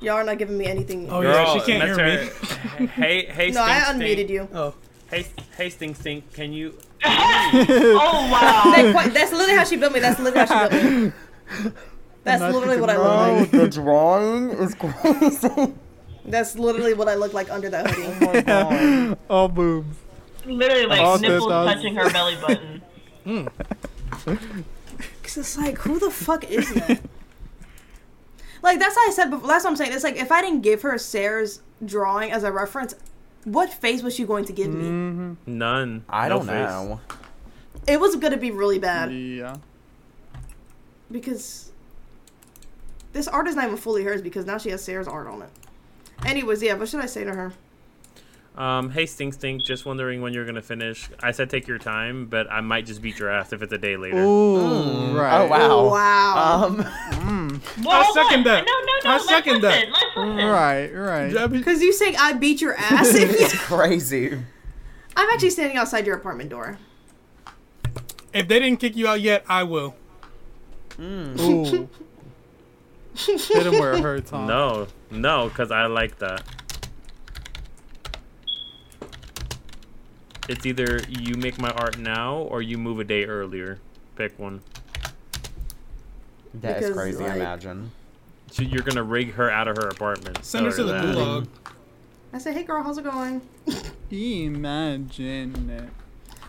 Speaker 1: Y'all are not giving me anything.
Speaker 4: Oh,
Speaker 1: Oh,
Speaker 4: yeah, she can't
Speaker 3: that's
Speaker 4: hear
Speaker 3: her-
Speaker 4: me. (laughs)
Speaker 3: hey, hey,
Speaker 1: no, I
Speaker 3: stink,
Speaker 1: unmuted
Speaker 3: stink.
Speaker 1: you.
Speaker 4: Oh,
Speaker 3: Hey, hey, stink, stink. Can you?
Speaker 6: Oh
Speaker 1: (laughs)
Speaker 6: wow.
Speaker 1: That quite, that's literally how she built me. That's literally how she built me.
Speaker 5: (laughs)
Speaker 1: That's
Speaker 5: Not
Speaker 1: literally what I (laughs)
Speaker 5: even
Speaker 1: look like.
Speaker 2: Oh, the drawing is crazy. (laughs)
Speaker 1: That's literally what I look like under that hoodie.
Speaker 5: (laughs) All boobs.
Speaker 6: Literally like
Speaker 5: Oh,
Speaker 6: nipples
Speaker 5: good dogs.
Speaker 6: touching her belly
Speaker 4: (laughs)
Speaker 6: button.
Speaker 1: Cause it's like, who the fuck is that? like that's how I said before. That's what I'm saying. It's like if I didn't give her Sarah's drawing as a reference, what face was she going to give me?
Speaker 5: Mm-hmm.
Speaker 3: None.
Speaker 2: I
Speaker 3: No
Speaker 2: don't
Speaker 3: face.
Speaker 2: know.
Speaker 1: It was gonna be really bad
Speaker 5: Yeah.
Speaker 1: because this art is not even fully hers because now she has Sarah's art on it. Anyways, yeah. What should I say to her?
Speaker 3: Um, hey, stink, stink. Just wondering when you're gonna finish. I said take your time, but I might just beat your ass if it's a day later.
Speaker 5: Ooh,
Speaker 2: Oh
Speaker 5: right.
Speaker 2: wow.
Speaker 1: Wow.
Speaker 2: Um. (laughs)
Speaker 6: Well, hold
Speaker 4: second
Speaker 6: on.
Speaker 4: that.
Speaker 6: No, no, no.
Speaker 4: I
Speaker 6: let's
Speaker 4: second
Speaker 6: listen.
Speaker 4: that.
Speaker 6: Let's listen.
Speaker 5: Right, right.
Speaker 4: Yeah, I mean,
Speaker 1: Because you saying I beat your ass. (laughs)
Speaker 5: (laughs)
Speaker 1: If you-
Speaker 2: crazy.
Speaker 1: I'm actually standing outside your apartment door.
Speaker 4: if they didn't kick you out yet, I will.
Speaker 5: Ooh. Hit him where it hurts, huh?
Speaker 3: No, no, because I like that. It's either you make my art now or you move a day earlier. Pick one.
Speaker 2: That is
Speaker 1: Because,
Speaker 2: crazy.
Speaker 1: like-
Speaker 2: imagine.
Speaker 3: So you're gonna rig her out of her apartment.
Speaker 4: Send her to the
Speaker 3: Sorry for that.
Speaker 4: gulag.
Speaker 1: I said, hey girl, how's it going?
Speaker 5: Imagine it.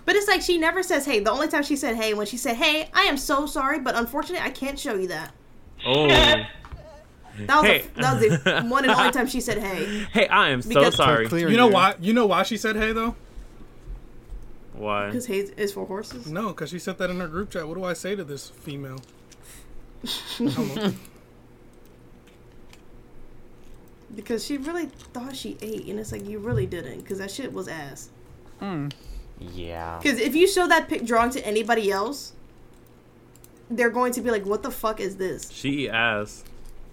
Speaker 1: But it's like she never says hey. The only time she said hey when she said hey, I am so sorry, but unfortunately I can't show you that.
Speaker 5: (laughs)
Speaker 3: Oh,
Speaker 1: That was
Speaker 3: Hey.
Speaker 1: a, that was the one and only time she said hey.
Speaker 3: hey, I am so
Speaker 1: Because-
Speaker 3: sorry.
Speaker 5: Clear
Speaker 4: You know
Speaker 5: you.
Speaker 4: why? You know why she said hey though?
Speaker 3: Why?
Speaker 1: Because hey is for horses.
Speaker 4: No, because she said that in her group chat. What do I say to this female?
Speaker 1: (laughs) Because she really thought she ate, and it's like you really didn't, because that shit was ass.
Speaker 2: Yeah.
Speaker 1: Because if you show that pic drawing to anybody else, they're going to be like, "What the fuck is this?"
Speaker 3: She eat
Speaker 5: (laughs)
Speaker 3: ass.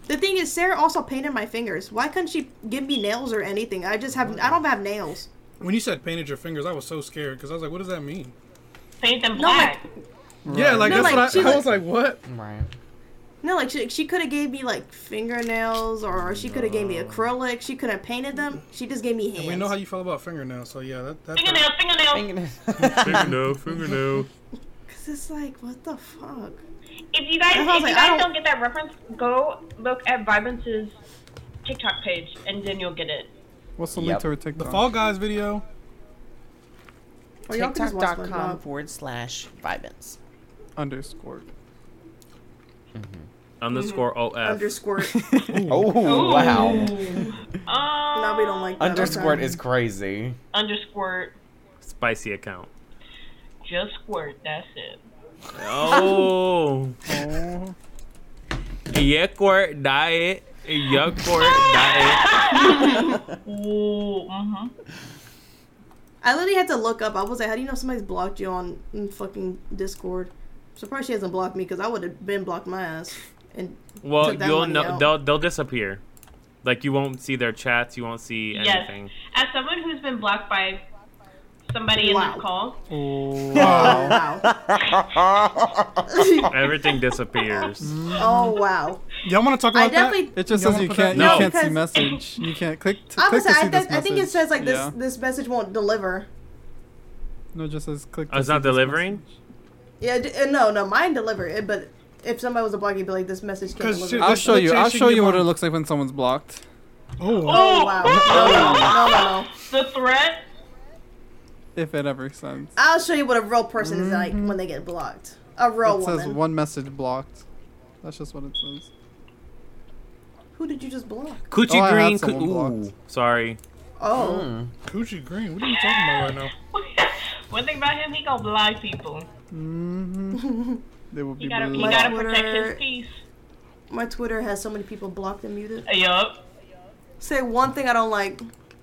Speaker 1: The thing is, Sarah also painted my fingers. Why couldn't she give me nails or anything? I just have I don't have nails.
Speaker 4: When you said painted your fingers, I was so scared because I was like, what does that mean?
Speaker 6: Paint them
Speaker 1: No, like-
Speaker 6: black.
Speaker 4: Yeah, like
Speaker 1: No,
Speaker 4: that's
Speaker 1: like, she
Speaker 4: what I, I
Speaker 1: was-
Speaker 4: was like. What?
Speaker 2: Right.
Speaker 1: No, like she, she could have gave me like fingernails, or she could have gave me acrylic. She could have painted them. She just gave me hands.
Speaker 4: We know how you feel about fingernails, so yeah, that that.
Speaker 6: Fingernail, fingernail.
Speaker 2: (laughs)
Speaker 3: Fingernail, fingernail.
Speaker 1: Cause it's like, what the fuck?
Speaker 6: If you guys,
Speaker 1: I
Speaker 6: if
Speaker 1: was
Speaker 6: you
Speaker 1: like, I
Speaker 6: guys
Speaker 1: don't-
Speaker 6: don't... get that reference, go look at Vibrance's TikTok page, and then you'll get it.
Speaker 5: What's the
Speaker 2: Yep.
Speaker 5: link to her
Speaker 4: The
Speaker 5: TikTok?
Speaker 4: Fall Guys video.
Speaker 1: Or y'all could just watch SpongeBob.
Speaker 2: forward slash vibance.
Speaker 5: Underscore.
Speaker 3: underscore OF.
Speaker 1: Underscore.
Speaker 2: Oh wow.
Speaker 6: Um,
Speaker 1: now we don't like that.
Speaker 2: Underscore
Speaker 1: okay.
Speaker 2: is crazy.
Speaker 6: Underscore.
Speaker 3: Spicy account.
Speaker 6: Just squirt. That's
Speaker 1: (laughs)
Speaker 6: it.
Speaker 3: Oh. (laughs) Yuckort diet. Yuckort
Speaker 5: (laughs)
Speaker 3: diet.
Speaker 6: Ooh. Mm-hmm.
Speaker 1: I literally had to look up. I was like, how do you know somebody's blocked you on mm, fucking Discord? I'm surprised she hasn't blocked me because I would have been blocked my ass. And
Speaker 3: Well,
Speaker 1: Took that
Speaker 3: you'll
Speaker 1: money
Speaker 3: know
Speaker 1: out.
Speaker 3: they'll they'll disappear. Like you won't see their chats. You won't see
Speaker 6: Yes.
Speaker 3: anything.
Speaker 6: As someone who's been blocked by somebody in
Speaker 1: Wow.
Speaker 6: this call,
Speaker 1: (laughs) oh wow,
Speaker 3: Everything disappears.
Speaker 5: (laughs)
Speaker 1: oh wow.
Speaker 8: Y'all want to talk
Speaker 1: I
Speaker 8: about that?
Speaker 1: definitely-
Speaker 5: It just
Speaker 8: Y'all
Speaker 5: says you
Speaker 8: wanna put that-
Speaker 5: can't
Speaker 3: No.
Speaker 5: you can't see
Speaker 1: Because-
Speaker 5: message. You can't click to,
Speaker 1: I, was,
Speaker 5: click to see
Speaker 1: I,
Speaker 5: this
Speaker 1: I think it
Speaker 5: message.
Speaker 1: says like this.
Speaker 5: Yeah.
Speaker 1: This message won't deliver.
Speaker 5: No, it just says click.
Speaker 3: Oh,
Speaker 5: to
Speaker 3: it's
Speaker 5: see
Speaker 3: not
Speaker 5: this
Speaker 3: delivering?
Speaker 5: message.
Speaker 1: Yeah, d- uh, no, no, mine deliver it. But if somebody was a block, you'd be like, this message can't
Speaker 8: 'Cause
Speaker 1: deliver.
Speaker 8: she-
Speaker 5: I'll
Speaker 8: Let's-
Speaker 5: show
Speaker 8: let's
Speaker 5: you. I'll
Speaker 8: actually
Speaker 5: show
Speaker 8: give
Speaker 5: you what
Speaker 8: on-
Speaker 5: it looks like when someone's blocked.
Speaker 8: Oh,
Speaker 1: Oh wow,
Speaker 5: oh.
Speaker 1: no, no, no, no.
Speaker 6: the threat. (laughs)
Speaker 5: If it ever sends.
Speaker 1: I'll show you what a real person is like when they get blocked. A real
Speaker 5: Mm-hmm. It says
Speaker 1: woman.
Speaker 5: one message blocked. That's just what it says.
Speaker 1: Who did you just block?
Speaker 5: Oh, I
Speaker 3: Coochie
Speaker 5: had
Speaker 3: green. Coo-
Speaker 5: someone blocked.
Speaker 3: ooh. Sorry.
Speaker 1: Oh,
Speaker 2: Hmm.
Speaker 5: Mm.
Speaker 8: Coochie Green. What
Speaker 4: What are you talking about right now?
Speaker 6: One thing about him, he gonna blind people.
Speaker 5: Mm-hmm.
Speaker 1: (laughs)
Speaker 5: they will
Speaker 6: He
Speaker 5: be
Speaker 6: gotta, he
Speaker 5: blue.
Speaker 1: Like
Speaker 6: gotta
Speaker 1: Twitter.
Speaker 6: protect his peace.
Speaker 1: my Twitter has so many people blocked and muted.
Speaker 6: Yup.
Speaker 1: Say one thing I don't like.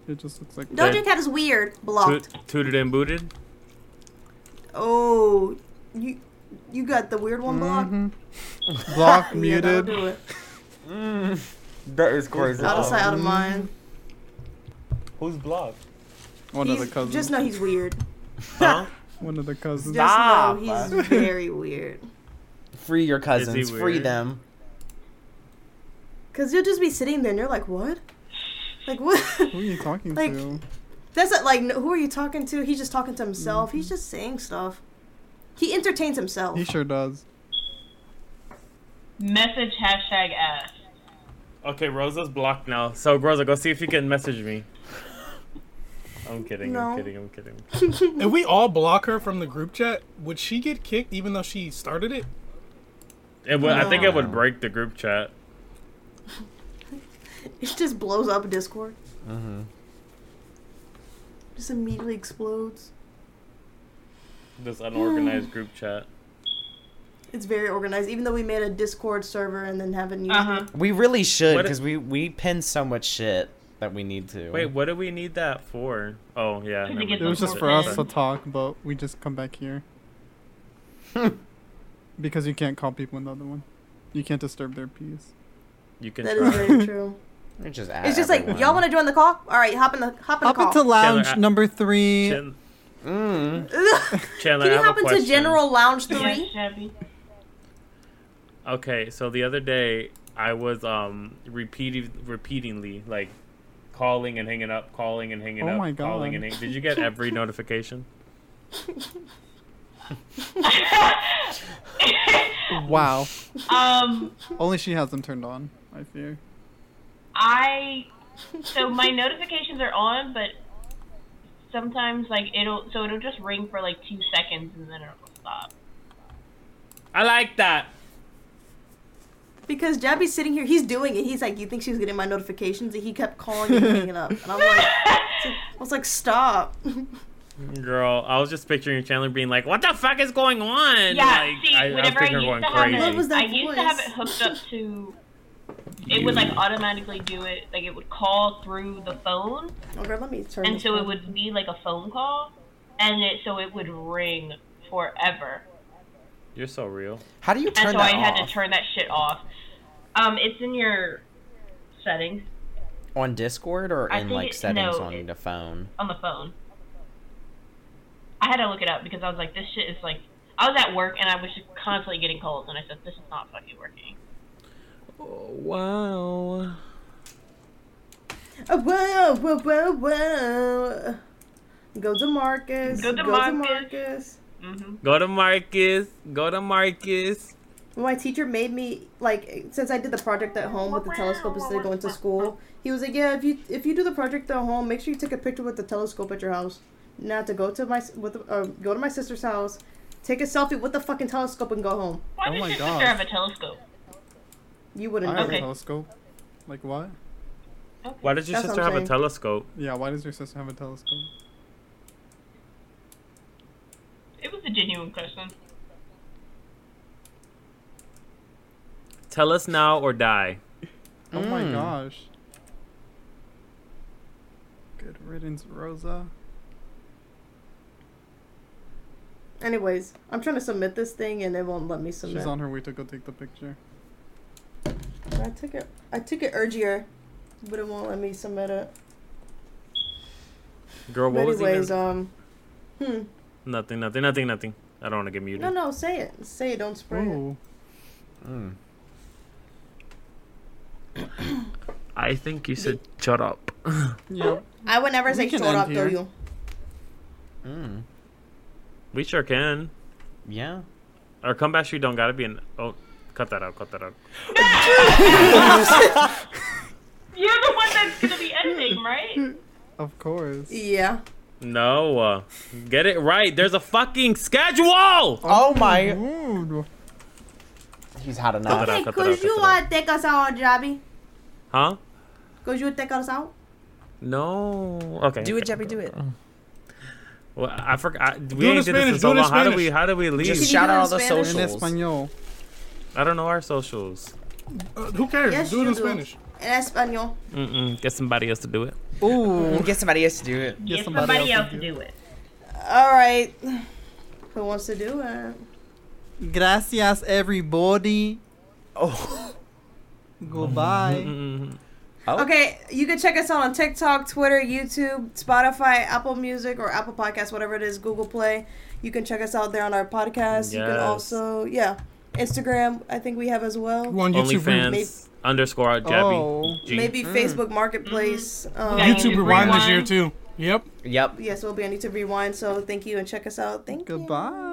Speaker 5: It just looks like.
Speaker 1: Doja Cat is weird. Blocked.
Speaker 3: Toot- Tooted and booted.
Speaker 1: Oh, you you got the weird one blocked. (laughs)
Speaker 5: Mhm. Blocked,
Speaker 1: Yeah, that'll
Speaker 5: muted.
Speaker 1: do it.
Speaker 2: That is crazy.
Speaker 1: Out of sight, out of mind.
Speaker 2: Who's blocked?
Speaker 5: One of the
Speaker 1: He's-
Speaker 5: cousins.
Speaker 1: Just know he's weird.
Speaker 3: Huh?
Speaker 5: One of the cousins.
Speaker 1: Just know he's
Speaker 2: Stop.
Speaker 1: very weird.
Speaker 2: Free your
Speaker 3: Is
Speaker 2: cousins.
Speaker 3: he
Speaker 2: Free
Speaker 3: weird?
Speaker 2: them.
Speaker 1: Cause you'll just be sitting there and you're like, what? Like what?
Speaker 5: Who are you talking
Speaker 1: Like-
Speaker 5: to?
Speaker 1: That's not, like, who are you talking to? He's just talking to himself. He's just saying stuff. He entertains himself.
Speaker 5: He sure does.
Speaker 6: Message hashtag ass.
Speaker 3: Okay, Rosa's blocked now. So Rosa, go see if you can message me. I'm kidding.
Speaker 1: No.
Speaker 3: I'm kidding. I'm kidding.
Speaker 1: (laughs)
Speaker 8: If we all
Speaker 4: I'll block her from the group chat. Would she get kicked even though she started it?
Speaker 3: It would, I think it would
Speaker 2: No.
Speaker 3: break the group chat.
Speaker 1: It just blows up Discord.
Speaker 2: Mm-hmm.
Speaker 1: Just immediately explodes.
Speaker 3: This unorganized group chat.
Speaker 1: It's very organized. Even though we made a Discord server and then haven't used
Speaker 6: Uh huh.
Speaker 2: We really should
Speaker 3: What if-
Speaker 2: because we we pin so much shit that we need to.
Speaker 3: Wait, what do we need that for? Oh yeah.
Speaker 6: To
Speaker 3: never
Speaker 6: get
Speaker 5: It was just
Speaker 6: Or
Speaker 5: for us to
Speaker 6: friend.
Speaker 5: talk, but we just come
Speaker 1: (laughs)
Speaker 5: back here. because you can't call people another one. You can't disturb their peace.
Speaker 3: You can.
Speaker 1: it. That is
Speaker 3: try.
Speaker 1: very
Speaker 3: (laughs)
Speaker 1: true.
Speaker 2: We're just
Speaker 1: It's just like y'all want to join the call. All right, hop in the hop in
Speaker 5: Up
Speaker 1: the call.
Speaker 5: into lounge
Speaker 3: Chandler, I-
Speaker 5: number three.
Speaker 3: Chan-
Speaker 2: to. Mm.
Speaker 1: (laughs)
Speaker 3: (laughs) Chandler,
Speaker 1: Can
Speaker 3: I
Speaker 1: you
Speaker 3: have
Speaker 1: hop
Speaker 3: a
Speaker 1: into
Speaker 3: question.
Speaker 1: General Lounge
Speaker 6: Yes,
Speaker 1: Three?
Speaker 6: Shabby.
Speaker 3: Okay, so the other day I was um repeated repeatedly like calling and hanging up, calling and hanging
Speaker 5: Oh
Speaker 3: up,
Speaker 5: my God.
Speaker 3: calling and hang- Did you
Speaker 1: (laughs)
Speaker 3: get every notification?
Speaker 5: Wow.
Speaker 6: (laughs) Um,
Speaker 5: Only she has them turned on, I fear.
Speaker 6: I. So my notifications are on, but sometimes like it'll so it'll just ring for like two seconds and then it'll
Speaker 3: (laughs)
Speaker 6: stop.
Speaker 3: I like that.
Speaker 1: Because Jabby's sitting here, he's doing it. He's like, you think she was getting my notifications? And he kept calling and hanging up. And I'm like, I was like, stop. (laughs) Oh,
Speaker 3: Girl, I was just picturing Chandler being like, "What the fuck is going on?"
Speaker 6: Yeah,
Speaker 3: like,
Speaker 6: see,
Speaker 3: I, I was
Speaker 6: whenever I,
Speaker 3: picturing her
Speaker 6: used
Speaker 3: going
Speaker 6: to have
Speaker 3: crazy.
Speaker 1: What was
Speaker 6: it,
Speaker 1: that
Speaker 6: I used to have
Speaker 1: voice?
Speaker 6: it hooked up to. It would like automatically do it, like it would call through the phone,
Speaker 1: Okay, let me turn.
Speaker 6: and
Speaker 1: this
Speaker 6: so it
Speaker 1: off.
Speaker 6: would be like a phone call, and it so it would ring forever,
Speaker 3: You're so real.
Speaker 2: How do you turn
Speaker 6: and so I
Speaker 2: that
Speaker 6: had
Speaker 2: off?
Speaker 6: to turn that shit off. Um, it's in your settings
Speaker 2: on Discord or
Speaker 6: I
Speaker 2: in
Speaker 6: think
Speaker 2: like
Speaker 6: it-
Speaker 2: settings
Speaker 6: no,
Speaker 2: on
Speaker 6: it-
Speaker 2: the phone?
Speaker 6: on the phone. I had to look it up because I was like, this shit is like. I was at work and I was just constantly getting calls, and I said, this is not fucking working.
Speaker 3: Oh, wow.
Speaker 1: Oh, whoa, whoa, whoa, whoa. Go to Marcus.
Speaker 6: Go to Marcus.
Speaker 1: Marcus.
Speaker 2: Mm-hmm.
Speaker 6: hmm
Speaker 3: Go to Marcus. Go to Marcus.
Speaker 1: My teacher made me like since I did the project at home with the telescope instead of going to school. He was like, "Yeah, if you if you do the project at home, make sure you take a picture with the telescope at your house. Now to go to my s- with uh, go to my sister's house, take a selfie with the fucking telescope and go home.
Speaker 6: Why
Speaker 5: Oh
Speaker 6: does
Speaker 5: my
Speaker 6: your
Speaker 5: gosh.
Speaker 6: sister have a telescope?
Speaker 1: You
Speaker 5: I
Speaker 1: wouldn't
Speaker 5: have
Speaker 1: know.
Speaker 5: a
Speaker 6: Okay.
Speaker 5: telescope. Like what?
Speaker 3: Why does your
Speaker 1: That's what
Speaker 3: sister
Speaker 1: I'm
Speaker 3: have a
Speaker 1: saying.
Speaker 3: telescope?
Speaker 5: Yeah, why does your sister have a telescope?
Speaker 6: It was a genuine question.
Speaker 3: Tell us now or die.
Speaker 5: Oh my
Speaker 2: Mm.
Speaker 5: gosh. Good riddance, Rosa.
Speaker 1: Anyways, I'm trying to submit this thing and it won't let me submit.
Speaker 5: She's on her way to go take the picture.
Speaker 1: I took it. I took it earlier, but it won't let me submit it.
Speaker 3: Girl,
Speaker 1: But
Speaker 3: what was
Speaker 1: anyways,
Speaker 3: even?
Speaker 1: um, hmm.
Speaker 3: Nothing, nothing, nothing, nothing. I don't want to get muted.
Speaker 1: No, no, say it. Say it. Don't spray it.
Speaker 5: Ooh.
Speaker 2: Mm.
Speaker 3: I think you should shut up.
Speaker 5: Yep.
Speaker 1: I would never
Speaker 5: We
Speaker 1: say
Speaker 5: can
Speaker 1: shut up,
Speaker 5: end
Speaker 1: though.
Speaker 5: here.
Speaker 1: You.
Speaker 2: Mm.
Speaker 3: We sure can.
Speaker 2: Yeah.
Speaker 3: Our comeback shoot don't gotta be an. Oh, cut that out, cut that out.
Speaker 6: You're the one that's gonna be editing, right?
Speaker 5: Of course.
Speaker 1: Yeah.
Speaker 3: No, uh, get it right. There's a fucking schedule.
Speaker 2: Oh my.
Speaker 5: Ooh.
Speaker 2: He's had
Speaker 3: enough. Cut it
Speaker 1: Okay,
Speaker 3: out, cut it out,
Speaker 1: could you
Speaker 3: cut
Speaker 1: uh, take us out, Jabby?
Speaker 3: Huh?
Speaker 1: Could you take us out?
Speaker 3: No. Okay.
Speaker 9: Do it,
Speaker 3: okay.
Speaker 9: Jeffy. Do it.
Speaker 3: Well, I forgot. I- We
Speaker 8: it in
Speaker 3: ain't did this in
Speaker 8: Spanish,
Speaker 3: so
Speaker 8: do it in
Speaker 3: long. How do we?
Speaker 8: Spanish.
Speaker 3: How do we leave?
Speaker 2: Just
Speaker 1: you
Speaker 2: shout
Speaker 1: do it
Speaker 2: out
Speaker 1: in
Speaker 2: all the
Speaker 1: Spanish?
Speaker 5: In
Speaker 2: socials.
Speaker 5: Espanol.
Speaker 3: I don't know our socials.
Speaker 8: Uh, who cares?
Speaker 1: Yes,
Speaker 8: do it
Speaker 1: you
Speaker 8: in
Speaker 1: do.
Speaker 8: Spanish.
Speaker 1: In Espanol.
Speaker 3: Mm-mm. Get somebody else to do it.
Speaker 5: Ooh.
Speaker 2: Get somebody else to do it.
Speaker 6: Get
Speaker 5: somebody
Speaker 6: somebody
Speaker 5: else
Speaker 6: else to do it.
Speaker 1: All right. Who wants to do it?
Speaker 5: Gracias, everybody.
Speaker 2: Oh. (laughs)
Speaker 5: Goodbye.
Speaker 3: Mm-mm.
Speaker 2: Oh.
Speaker 1: Okay, you can check us out on TikTok, Twitter, YouTube, Spotify, Apple Music, or Apple Podcasts, whatever it is, Google Play. You can check us out there on our podcast. You can
Speaker 3: Yes.
Speaker 1: also, yeah, Instagram, I think we have as
Speaker 8: You
Speaker 1: well.
Speaker 8: on YouTube? Rewind.
Speaker 3: OnlyFans underscore Jabby.
Speaker 5: Oh.
Speaker 3: G.
Speaker 1: Maybe Facebook Marketplace.
Speaker 5: Hmm.
Speaker 1: Um,
Speaker 6: Yeah,
Speaker 8: YouTube Rewind this year too. Yep.
Speaker 2: Yep.
Speaker 1: Yes, we'll be on YouTube Rewind. So thank you and check us out. Thank you.
Speaker 5: Goodbye.